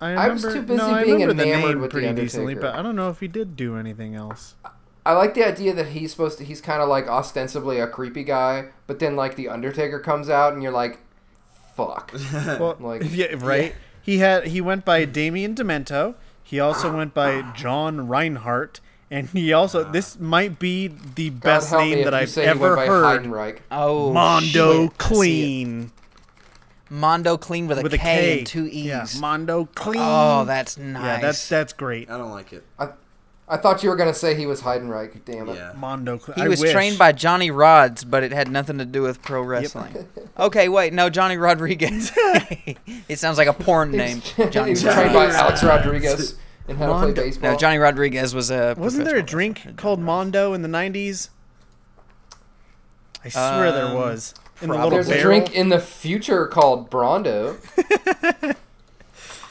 S2: I,
S3: I was
S2: remember,
S3: too busy
S2: no, I
S3: being
S2: remember the
S3: enamored
S2: name
S3: with The
S2: pretty decently,
S3: Undertaker.
S2: but I don't know if he did do anything else.
S3: I like the idea that he's supposed to, he's kind of like ostensibly a creepy guy, but then like The Undertaker comes out and you're like, fuck.
S2: Well,
S3: Uh, Like-
S2: yeah, right. He had he went by Damien Demento. He also went by John Reinhardt, and he also this might be the
S3: Ah. God
S2: best
S3: help me
S2: name
S3: if
S2: that
S3: you
S2: I've
S3: say he went
S2: ever
S3: by
S2: heard.
S3: Heidenreich.
S1: Oh,
S2: Mondo
S1: shit, I see it.
S2: Clean
S1: Mondo clean with a K
S2: with a K
S1: and two E's.
S2: Yeah, Mondo Clean.
S1: oh, that's nice.
S2: yeah, that's that's great.
S5: I don't like it.
S3: I, I thought you were gonna say he was Heidenreich. Damn it.
S5: Yeah.
S2: Mondo Clean.
S1: He
S2: I
S1: was
S2: wish.
S1: trained by Johnny Rods, but it had nothing to do with pro wrestling. okay, wait, no, Johnny Rodriguez. it sounds like a porn
S3: He
S1: name.
S3: was- he
S1: Johnny
S3: was trained by
S1: Rodriguez.
S3: Alex Rodriguez in how to play
S2: Mondo-
S3: baseball.
S1: No, Johnny Rodriguez was a.
S2: Wasn't there
S1: professional
S2: a
S1: wrestler.
S2: drink called Mondo in the nineties? I swear there
S1: Um,
S2: was. In the
S1: probably.
S2: little
S3: There's a
S2: barrel.
S3: drink in the future called Brondo. the,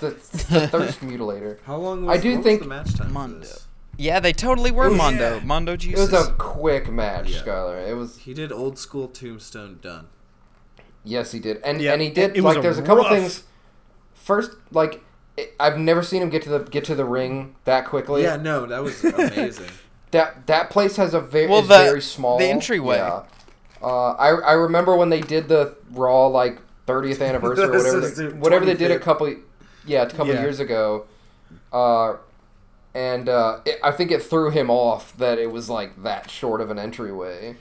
S3: the thirst mutilator.
S5: How long was,
S3: I do
S5: what was
S3: think-
S5: the match time? for
S1: Mondo.
S5: this?
S1: Yeah, they totally were Mondo. Mondo
S3: It was
S1: Jesus.
S3: a quick match,
S5: Yeah.
S3: Skylar. It was
S5: He did old school Tombstone done.
S3: Yes, he did, and
S2: Yeah,
S3: and he did.
S2: it- it was
S3: like,
S2: a
S3: there's a couple
S2: rough-
S3: things. First, like, it, I've never seen him get to the get to the ring that quickly.
S5: Yeah, no, that was amazing.
S3: that that place has a very
S1: Well,
S3: is
S1: the-
S3: very small
S1: the entryway.
S3: Yeah. Uh, I I remember when they did the Raw like 30th anniversary, or
S5: This
S3: whatever,
S5: is
S3: they,
S5: the
S3: whatever they did a
S5: 25th.
S3: couple, yeah, a couple
S2: Yeah.
S3: years ago, uh, and uh, it, I think it threw him off that it was like that short of an entryway.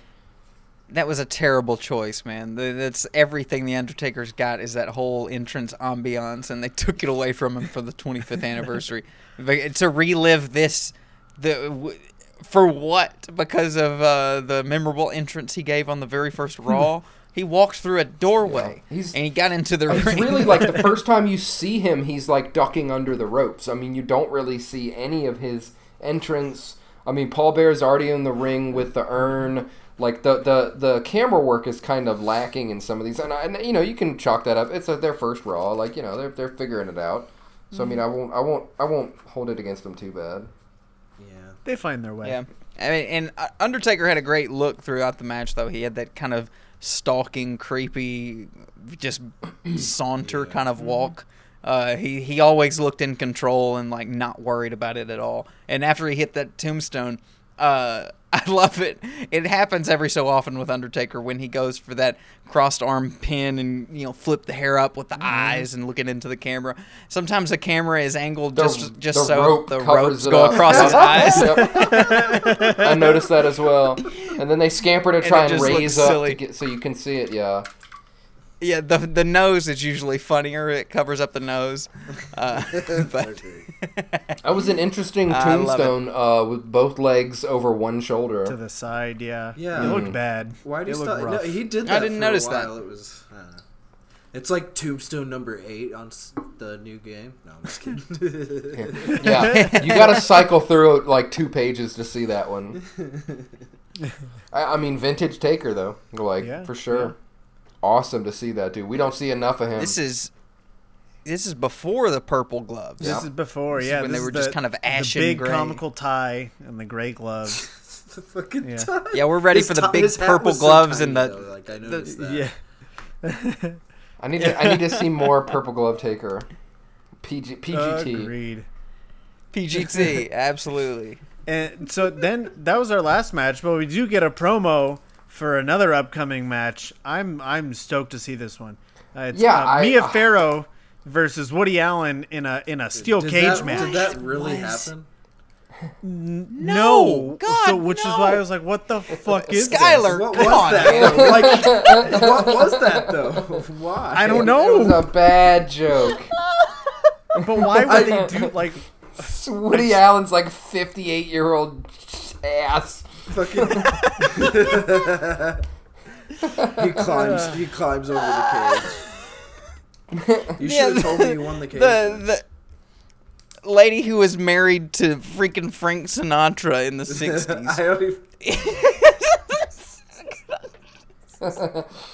S1: That was a terrible choice, man. Th- That's everything the Undertaker's got is that whole entrance ambiance, and they took it away from him for the 25th anniversary. But to relive this, the w- for what? Because of uh, the memorable entrance he gave on the very first Raw, he walked through a doorway
S3: Yeah, he's-
S1: and he got into the
S3: It's
S1: ring.
S3: really like the first time you see him, he's like ducking under the ropes. I mean, you don't really see any of his entrance. I mean, Paul Bear's already in the ring with the urn. Like the the the camera work is kind of lacking in some of these, and, I, and you know you can chalk that up. It's uh their first Raw, like you know they're they're figuring it out. So I mean, I won't I won't I won't hold it against them too bad.
S5: Yeah.
S2: They find their way.
S1: Yeah, I mean, and uh, Undertaker had a great look throughout the match, though. He had that kind of stalking, creepy, just saunter kind of walk. Uh, he he always looked in control and like not worried about it at all. And after he hit that tombstone, uh, I love it. It happens every so often with Undertaker when he goes for that crossed arm pin and you know flip the hair up with the eyes and looking into the camera. Sometimes the camera is angled
S3: The-
S1: just just
S3: the
S1: so
S3: rope
S1: the ropes
S3: covers it
S1: go
S3: up.
S1: across his eyes.
S3: Yep. I noticed that as well. And then they scamper to try
S1: it
S3: and,
S1: just
S3: raise
S1: looks
S3: up
S1: silly.
S3: To get, so you can see it. Yeah.
S1: Yeah, the the nose is usually funnier. It covers up the nose. Uh, but
S3: That was an interesting
S1: I love it.
S3: tombstone uh, with both legs over one
S2: To
S3: shoulder.
S2: the side, yeah.
S5: Yeah.
S2: It looked bad.
S5: Why do
S2: it
S5: you
S2: looked
S5: stop? No,
S2: rough.
S5: he did.
S1: I
S5: That
S1: didn't
S5: for a
S1: notice that.
S5: while. It was. I don't know. It's like Tombstone number eight on s- the new game. No, I'm just kidding.
S3: Yeah, you got to cycle through like two pages to see that one. I, I mean, vintage taker though, like
S2: Yeah,
S3: for sure. Awesome to see that dude. We don't see enough of him.
S1: this is this is before the purple gloves.
S2: This is before,
S1: This is
S2: yeah.
S1: when
S2: this
S1: they
S2: is
S1: were just
S2: the-
S1: kind of ash
S2: the
S1: and
S2: big
S1: gray.
S2: comical tie and the gray gloves.
S5: the fucking
S2: Yeah.
S5: time.
S1: Yeah, we're ready
S5: His
S1: for the
S5: ti-
S1: big
S5: his hat
S1: purple
S5: was so
S1: gloves
S5: tiny,
S1: and the-
S5: though, like I noticed that.
S2: yeah,
S3: I need to I need to see more Purple Glove Taker. PG, PGT.
S2: agreed.
S1: PGT, absolutely.
S2: And so then that was our last match, but we do get a promo for another upcoming match. I'm I'm stoked to see this one. Uh, it's,
S3: Yeah,
S2: uh,
S3: I-
S2: Mia
S3: uh,
S2: Farrow versus Woody Allen in a in a steel
S5: Did
S2: cage
S5: that,
S2: match.
S5: Did that really
S1: Was-
S5: happen?
S1: No, God,
S2: so, which is why I
S1: no.
S2: was like, "What the fuck is this?
S1: Skylar,
S5: What
S1: come
S5: was
S1: on, man.
S5: that? like, what was that though? Why?
S2: I don't
S3: It was uh,
S2: know,
S3: a bad joke.
S2: but why would they do like?
S3: Woody Allen's like 58 year old ass.
S5: Fucking. he climbs. He climbs over the cage. You
S1: Yeah,
S5: should have told me
S1: the-
S5: you won the cage. match.
S1: The the lady who was married to freaking Frank Sinatra in the
S5: I
S1: sixties.
S5: already.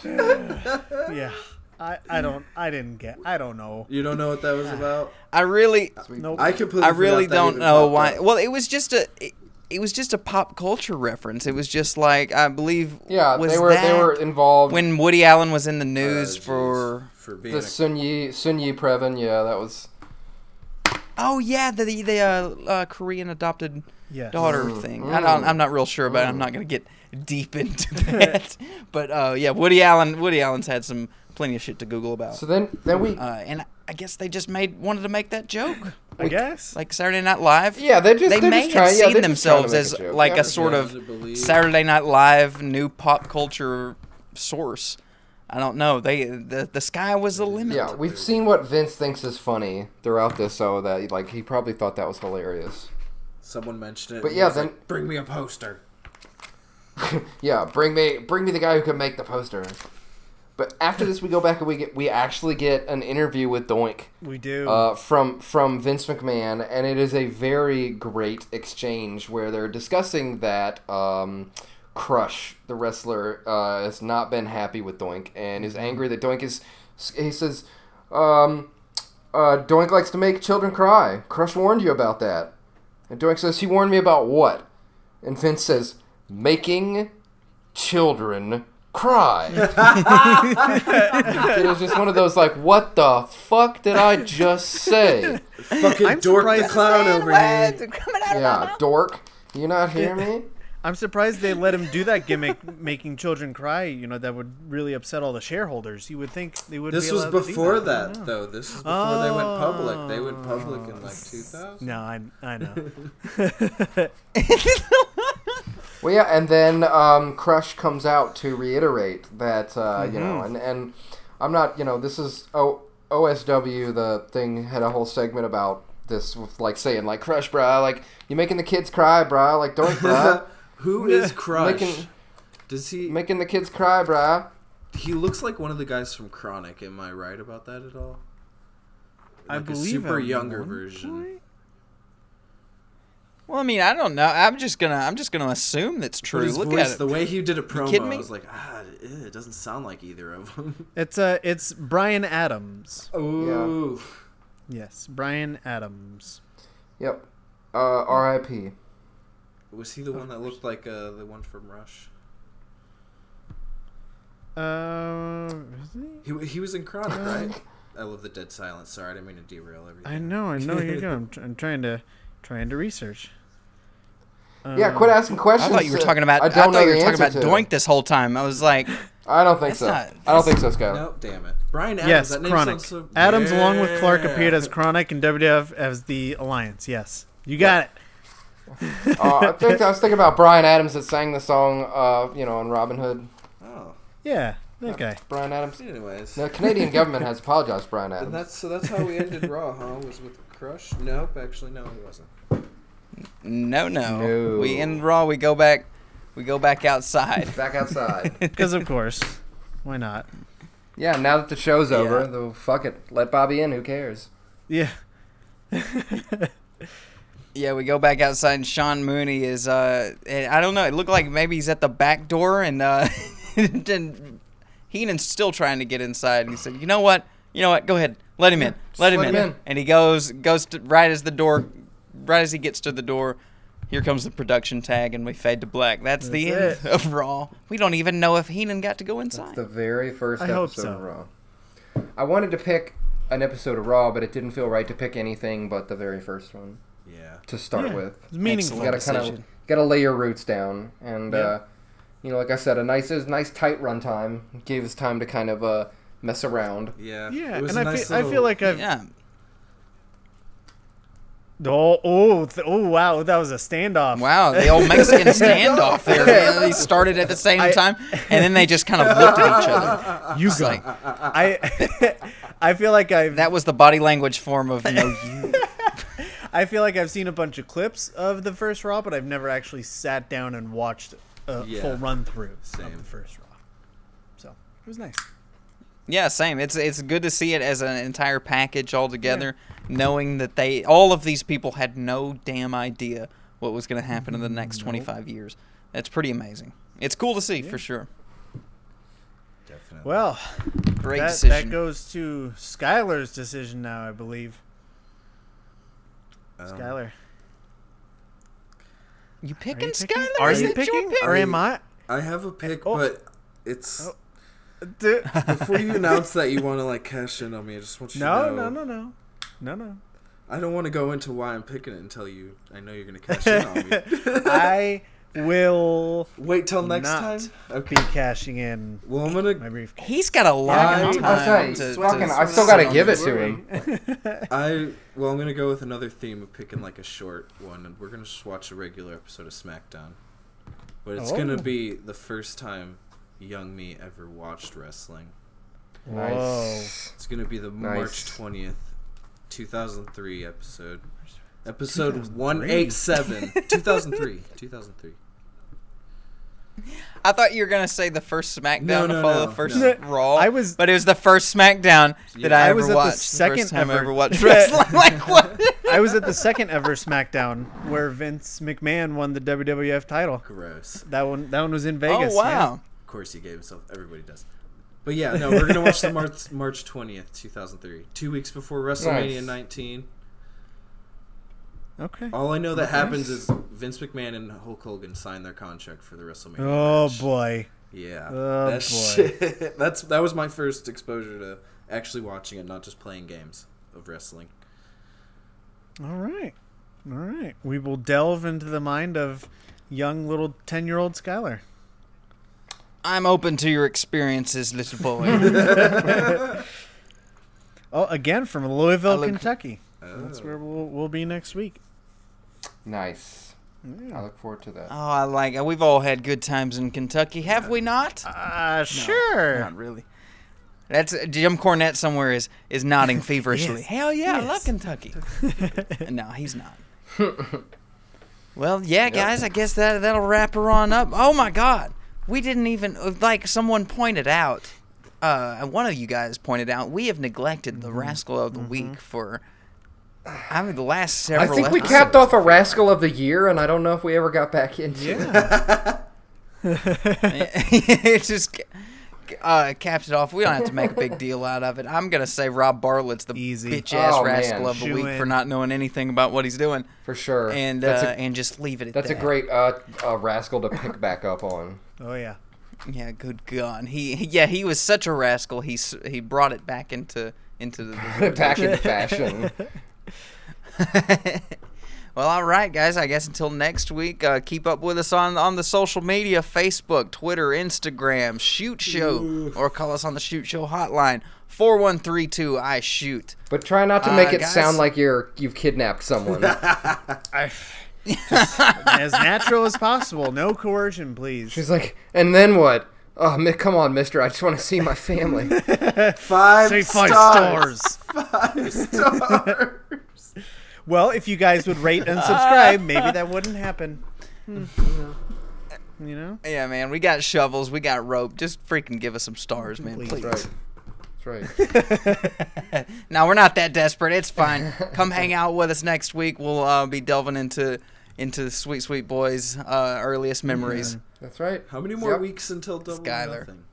S2: Yeah, I, I don't I didn't get I don't know.
S5: You don't know what that was about.
S1: I really,
S2: Nope.
S5: I completely.
S1: I really
S5: forgot that
S1: don't
S5: even
S1: know
S5: popped
S1: why.
S5: up.
S1: Well, it was just a. It, it was just a pop culture reference. It was just like I believe.
S3: Yeah,
S1: was
S3: they were they
S1: that
S3: were involved.
S1: when Woody Allen was in the
S5: Uh,
S1: news
S5: jeez,
S1: for.
S5: for being
S3: the Sun Yi Sun Yi Previn. Yeah, that was.
S1: Oh yeah, the the, the uh, uh, Korean adopted
S2: Yes.
S1: daughter
S3: Mm.
S1: thing. I don't, I'm not real sure about. it. I'm not gonna get deep into that. but uh, yeah, Woody Allen. Woody Allen's had some plenty of shit to Google about.
S3: So then then we
S1: uh, and I guess they just made wanted to make that joke,
S2: I guess.
S1: like Saturday Night Live.
S3: Yeah, they're just-
S1: they
S3: they're
S1: may
S3: just
S1: have
S3: trying- yeah,
S1: seen
S3: they're just trying to
S1: themselves
S3: make a
S1: as
S3: joke.
S1: like
S3: Yeah,
S1: a sort
S5: yeah,
S1: of
S5: to believe.
S1: Saturday Night Live new pop culture source. I don't know. They the, the sky was the limit.
S3: yeah we've seen what Vince thinks is funny throughout this, so that like he probably thought that was hilarious.
S5: someone mentioned it.
S3: But
S5: and
S3: yeah,
S5: was
S3: then-
S5: like, bring me a poster.
S3: Yeah, bring me bring me the guy who can make the poster. But after this, we go back and we get we actually get an interview with Doink
S2: we do.
S3: uh, from from Vince McMahon, and it is a very great exchange where they're discussing that um, Crush, the wrestler, uh, has not been happy with Doink and is angry that Doink is. He says, um, uh, "Doink likes to make children cry. Crush warned you about that." And Doink says, "He warned me about what?" And Vince says, "Making children cry." it was just one of those like, what the fuck did I just say?
S5: Fucking
S2: I'm
S5: dork the
S2: surprised-
S5: clown over here.
S1: coming out
S3: Yeah, dork. You not hear me?
S2: I'm surprised they let him do that gimmick, making children cry. You know that would really upset all the shareholders. You would think they would.
S5: This
S2: be
S5: was
S2: allowed to do
S5: before
S2: that.
S5: that, though. This was before they went public. They went public in like 2000.
S2: No, I, I know.
S3: Well, yeah, and then um, Crush comes out to reiterate that uh, you know,
S1: Mm-hmm.
S3: and and I'm not you know, this is o- OSW. The thing had a whole segment about this, with, like saying like Crush, bruh, like you making the kids cry, bruh, like dork, bruh,
S5: Who is Crush?
S3: Making-
S5: Does he?
S3: making the kids cry, bruh.
S5: He looks like one of the guys from Chronic. Am I right about that at all?
S2: I
S5: Like a
S2: believe
S5: super
S2: at
S5: younger
S2: one
S5: version.
S2: point-
S1: Well, I mean, I don't know. I'm just gonna I'm just gonna assume that's
S5: But
S1: true.
S5: his
S1: Look
S5: voice,
S1: at
S5: the
S1: it.
S5: way he did a
S1: kidding
S5: promo, I
S1: me?
S5: was like, ah, it- it doesn't sound like either of them.
S2: It's uh, it's Brian Adams.
S5: Ooh,
S2: Yes, Brian Adams.
S3: Yep. Uh, R.I.P.
S5: was he the one that looked like uh, the one from Rush?
S2: Uh, is he?
S5: He he was in Chronic, right? I love the dead silence. Sorry, I didn't mean to derail everything.
S2: I know, I know you're doing. I'm, tr- I'm trying to, trying to research.
S3: Yeah, quit asking
S1: Mm. I
S3: questions.
S1: thought you were talking about.
S3: I
S1: I,
S3: don't know
S1: thought you were
S3: the
S1: talking
S3: answer
S1: about
S3: to.
S1: Doink this whole time. I was like,
S3: I don't think
S1: That's
S3: so.
S1: not-
S3: I don't think so, Skylar.
S5: No, damn it, Brian Adams.
S2: Yes,
S5: that name
S2: Chronic.
S5: sounds so.
S2: Adams, along with Clark,
S5: Yeah.
S2: appeared as Chronic and WWF as the Alliance. Yes, you got it.
S3: Uh, I, think, I was thinking about Brian Adams that sang the song, uh, you know, on Robin Hood.
S5: Oh,
S2: Yeah, that guy.
S3: Brian Adams.
S5: anyways.
S3: The Canadian government has apologized, Brian
S5: And
S3: Adams.
S5: that's so. That's how we ended Raw, huh? Was with Crush? Nope, actually, no, he wasn't.
S1: no, no.
S3: No.
S1: We end Raw. We go back. We go back outside.
S3: Back outside.
S2: Because of course, why not?
S3: yeah, now that the show's over,
S1: Yeah.
S3: though, fuck it. Let Bobby in. Who cares?
S2: Yeah.
S1: Yeah, we go back outside, and Sean Mooney is. uh and I don't know. It looked like maybe he's at the back door, and uh, and Heenan's still trying to get inside. And he said, "You know what? You know what? Go ahead, Let him in. Let him
S3: let
S1: in.
S3: him in.
S1: And he goes goes to, right as the door, right as he gets to the door. Here comes the production tag, and we fade to black. That's, the
S2: That's
S1: end of Raw. We don't even know if Heenan got to go inside.
S3: The very first
S2: I hope
S3: episode of
S2: so.
S3: Raw. I wanted to pick an episode of Raw, but it didn't feel right to pick anything but the very first one
S5: Yeah.
S3: to start
S2: Yeah,
S3: with.
S2: It's meaningful.
S3: You gotta kind of
S1: decision.
S3: gotta lay your roots down, and
S2: Yeah.
S3: uh, you know, like I said, a nice it was a nice tight run time. Gave us time to kind of uh, mess around.
S5: Yeah.
S2: Yeah,
S5: It was
S2: and
S5: a
S2: I,
S5: nice
S2: feel, I feel
S5: little-
S2: like I've.
S1: yeah,
S2: Oh, oh, th- oh, wow. That was a standoff.
S1: Wow, the old Mexican standoff there. man. They started at the same
S2: I-
S1: time, and then they just kind of looked at each other.
S2: You
S1: It's
S2: go.
S1: like
S2: I, I feel like I've.
S1: that was the body language form of no you.
S2: I feel like I've seen a bunch of clips of the first Raw, but I've never actually sat down and watched a
S5: Yeah.
S2: full run through
S5: Same.
S2: of the first Raw. So it was nice.
S1: Yeah, same. It's it's good to see it as an entire package all together, knowing that they all of these people had no damn idea what was going to happen in the next 25 years. That's pretty amazing. It's cool to see for sure.
S5: Definitely.
S2: Well,
S1: Great
S2: that,
S1: decision.
S2: that goes to Skylar's decision now, I believe.
S5: Um,
S2: Skylar,
S1: you picking
S2: picking?
S1: Skylar?
S2: Are
S1: Is
S2: you
S1: that your
S2: picking,
S1: pick?
S2: or am I?
S5: I have a pick,
S2: Oh.
S5: but it's
S2: Dude,
S5: before you announce that you want to like cash in on me. I just want you
S2: no,
S5: to know.
S2: no, no, no, no, no.
S5: I don't want to go into why I'm picking it until you. I know you're gonna cash in on me.
S2: I will
S5: Wait till next
S2: Not.
S5: time.
S2: be
S5: Okay.
S2: cashing in
S5: Well, I'm gonna.
S2: my briefcase.
S1: He's got a
S5: I-
S1: long
S5: I
S1: time.
S3: I
S1: to- to-
S3: I've still got to give it to him.
S5: I well, I'm gonna go with another theme of picking like a short one, and we're gonna just watch a regular episode of SmackDown. But it's gonna
S2: Oh.
S5: be the first time young me ever watched wrestling.
S3: Nice.
S5: It's gonna be the March
S3: Nice.
S5: twentieth, two thousand three episode. Episode one eight seven. Two thousand three. Two thousand three.
S1: I thought you were gonna say the first SmackDown
S5: No,
S1: to
S5: no,
S1: follow
S5: no,
S1: the first
S5: no.
S1: Raw.
S2: I was-
S1: but it was the first SmackDown that
S5: Yeah.
S1: I,
S2: I
S1: ever
S2: was at the
S1: watched. the
S2: second
S1: first time I
S2: ever-
S1: ever watched wrestling. like what?
S2: I was at the second ever SmackDown where Vince McMahon won the WWF title.
S5: Gross.
S2: That one, that one was in
S1: oh
S2: Vegas.
S1: wow!
S5: Of course, he gave himself. Everybody does. But yeah, no, we're gonna watch the March March twentieth, two thousand three. Two weeks before WrestleMania
S3: Nice.
S5: nineteen.
S2: yeah. Okay.
S1: Oh,
S5: All I know that happens is Vince McMahon and Hulk Hogan sign their contract for the WrestleMania.
S2: Oh
S5: match.
S2: boy.
S5: Yeah.
S2: Oh, boy.
S5: that shit- That's that was my first exposure to actually watching it, not just playing games of wrestling.
S2: All right. All right. We will delve into the mind of young little ten-year-old Skylar.
S1: I'm open to your experiences, little boy.
S2: Oh, again from Louisville,
S1: look-
S2: Kentucky. That's
S5: Oh.
S2: where we'll, we'll be next week.
S3: Nice. I
S2: Yeah.
S3: look forward to that.
S1: oh, I like. it. We've all had good times in Kentucky, have we not?
S2: Uh, sure.
S1: Not really. That's Jim Cornette somewhere is is nodding feverishly. Hell yeah, I love Kentucky. no, he's not. well, yeah, guys, I guess that that'll wrap her on up. Oh my God, we didn't even like someone pointed out. Uh, one of you guys pointed out we have neglected the rascal of the week for. I mean, the last
S3: I
S1: several.
S3: think we
S1: episodes.
S3: capped off a rascal of the year, and I don't know if we ever got back into it.
S1: it just uh, capped it off. We don't have to make a big deal out of it. I'm gonna say Rob Bartlett's the
S2: Easy.
S1: bitch ass
S3: Oh,
S1: rascal
S3: man.
S1: of the week
S2: Shoo-in.
S1: for not knowing anything about what he's doing,
S3: for sure.
S1: and uh,
S3: that's a,
S1: and just leave it at
S3: that's
S1: that.
S3: a great uh, uh, rascal to pick back up on.
S2: Oh yeah.
S1: yeah. Good God, he he- yeah he was such a rascal. He s- he brought it back into into the.
S3: back in fashion.
S1: Well, all right, guys. I guess until next week, uh, keep up with us on on the social media: Facebook, Twitter, Instagram, Shoot Show, or call us on the Shoot Show hotline four one three two. I shoot.
S3: But try not to make
S1: Uh,
S3: it
S1: guys-
S3: sound like you're you've kidnapped someone.
S2: As natural as possible. No coercion, please.
S3: She's like, and then what? Oh, mi- come on, Mister! I just want to see my family.
S5: Five
S2: Say five
S5: stars.
S2: stars.
S5: Five stars.
S2: Well, if you guys would rate and subscribe, maybe that wouldn't happen. Hmm. You know?
S1: Yeah, man, we got shovels, we got rope. Just freaking give us some stars, man, please.
S2: Please.
S3: That's right. That's right.
S1: No, we're not that desperate. It's fine. Come hang out with us next week. We'll uh, be delving into into Sweet Sweet Boy's uh, earliest memories.
S3: That's right.
S5: How many more
S3: Yep.
S5: weeks until double or
S1: Skylar.
S5: nothing?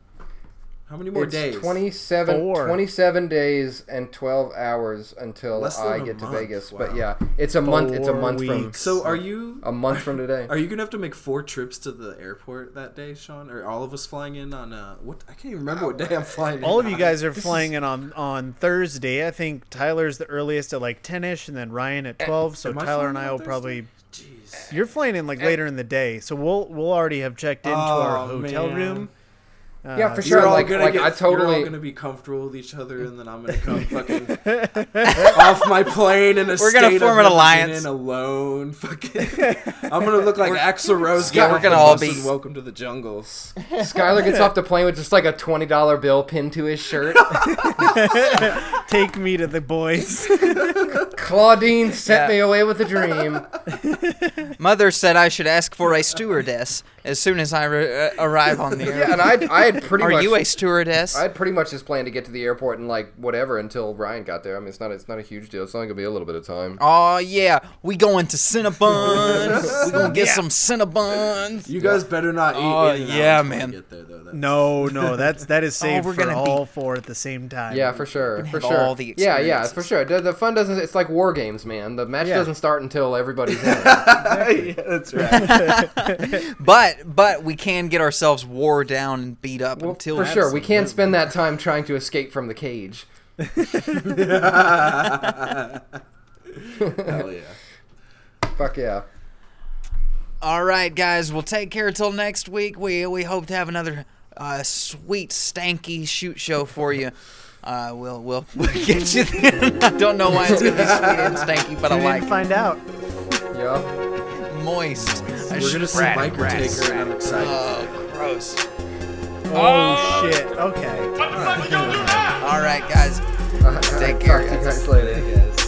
S5: How many more
S3: it's
S5: days?
S3: 27,
S6: Four.
S3: 27 days and 12 hours until
S5: Less than
S3: I
S5: a
S3: get to
S5: month,
S3: Vegas. But
S5: wow.
S3: yeah, it's a month. It's a
S6: Four
S3: month from
S6: weeks.
S5: So are you
S3: a month from today.
S5: Are you gonna have to make four trips to the airport that day, Sean? Or all of us flying in on uh what? I can't even remember what day I'm flying. in
S6: All of you
S5: on.
S6: guys are
S5: This
S6: flying
S5: Is,
S6: in on on Thursday. I think Tyler's the earliest at like ten ish, and then Ryan at twelve. So
S5: Eh, Am I
S6: Tyler
S5: flying
S6: and
S5: on
S6: I will
S5: Thursday?
S6: probably.
S5: Jeez.
S6: You're flying in like later in the day, so we'll we'll already have checked into our
S5: Oh,
S6: hotel
S5: man.
S6: room.
S3: yeah, for
S5: You're
S3: sure.
S5: all
S3: Like,
S5: gonna
S3: like
S5: get,
S3: I
S5: You're all
S3: totally.
S5: gonna be comfortable with each other, and then I'm gonna come fucking off my plane in a
S1: We're gonna
S5: state
S1: form
S5: of
S1: an
S5: never
S1: alliance.
S5: been in alone. Fucking, I'm gonna look like Axl Rose.
S1: Yeah,
S5: got
S1: we're
S5: off
S1: gonna
S5: the
S1: all
S5: bus
S1: be-
S5: in Welcome to the jungles.
S3: Skylar gets off the plane with just like a twenty dollar bill pinned to his shirt.
S6: Take me to the boys.
S3: Claudine sent
S1: Yeah.
S3: me away with a dream.
S1: Mother said I should ask for a stewardess as soon as I re- uh, arrive on the
S3: Yeah,
S1: air.
S3: and I I had pretty
S1: Are
S3: much
S1: you a stewardess?
S3: I had pretty much just planned to get to the airport and like whatever until Ryan got there. I mean, it's not it's not a huge deal. It's only gonna be a little bit of time.
S1: Oh yeah, we going to Cinnabon. we gonna get
S6: Yeah.
S1: some Cinnabons.
S5: You guys better not eat.
S1: Oh,
S5: In-N-Out
S1: yeah,
S5: when you
S1: man.
S5: Get there though. That's,
S6: no, no, that's that
S5: Oh,
S6: is saved
S1: we're
S6: for
S1: gonna be-
S6: all four at the same time.
S3: Yeah, for sure, for
S1: have
S3: sure.
S1: all the
S3: yeah, yeah,
S1: experiences.
S3: for sure. The, the fun doesn't. It's like war games, man. The match
S6: Yeah.
S3: doesn't start until everybody's in.
S5: yeah, that's right.
S1: But but we can get ourselves wore down and beat up
S3: Well,
S1: until
S3: for sure, we can't spend that time trying to escape from the cage.
S5: Hell yeah.
S3: Fuck yeah.
S1: All right, guys. We'll take care till next week. We we hope to have another uh, sweet stanky shoot show for you. Uh, we'll, we'll we'll get you. There. I don't know why it's gonna be sweet and stanky, but
S6: You
S1: I
S6: didn't
S1: like
S6: find out.
S3: Yeah.
S1: moist. I
S5: We're
S1: should-
S5: gonna see
S1: Rat,
S5: Micro
S1: rat,
S5: Taker, and I'm excited.
S1: Oh, gross.
S6: Oh, shit. Okay.
S1: All right, guys. Take care,
S3: Talk to you
S5: Uh-huh.
S1: guys.
S3: guys later.
S5: Yes.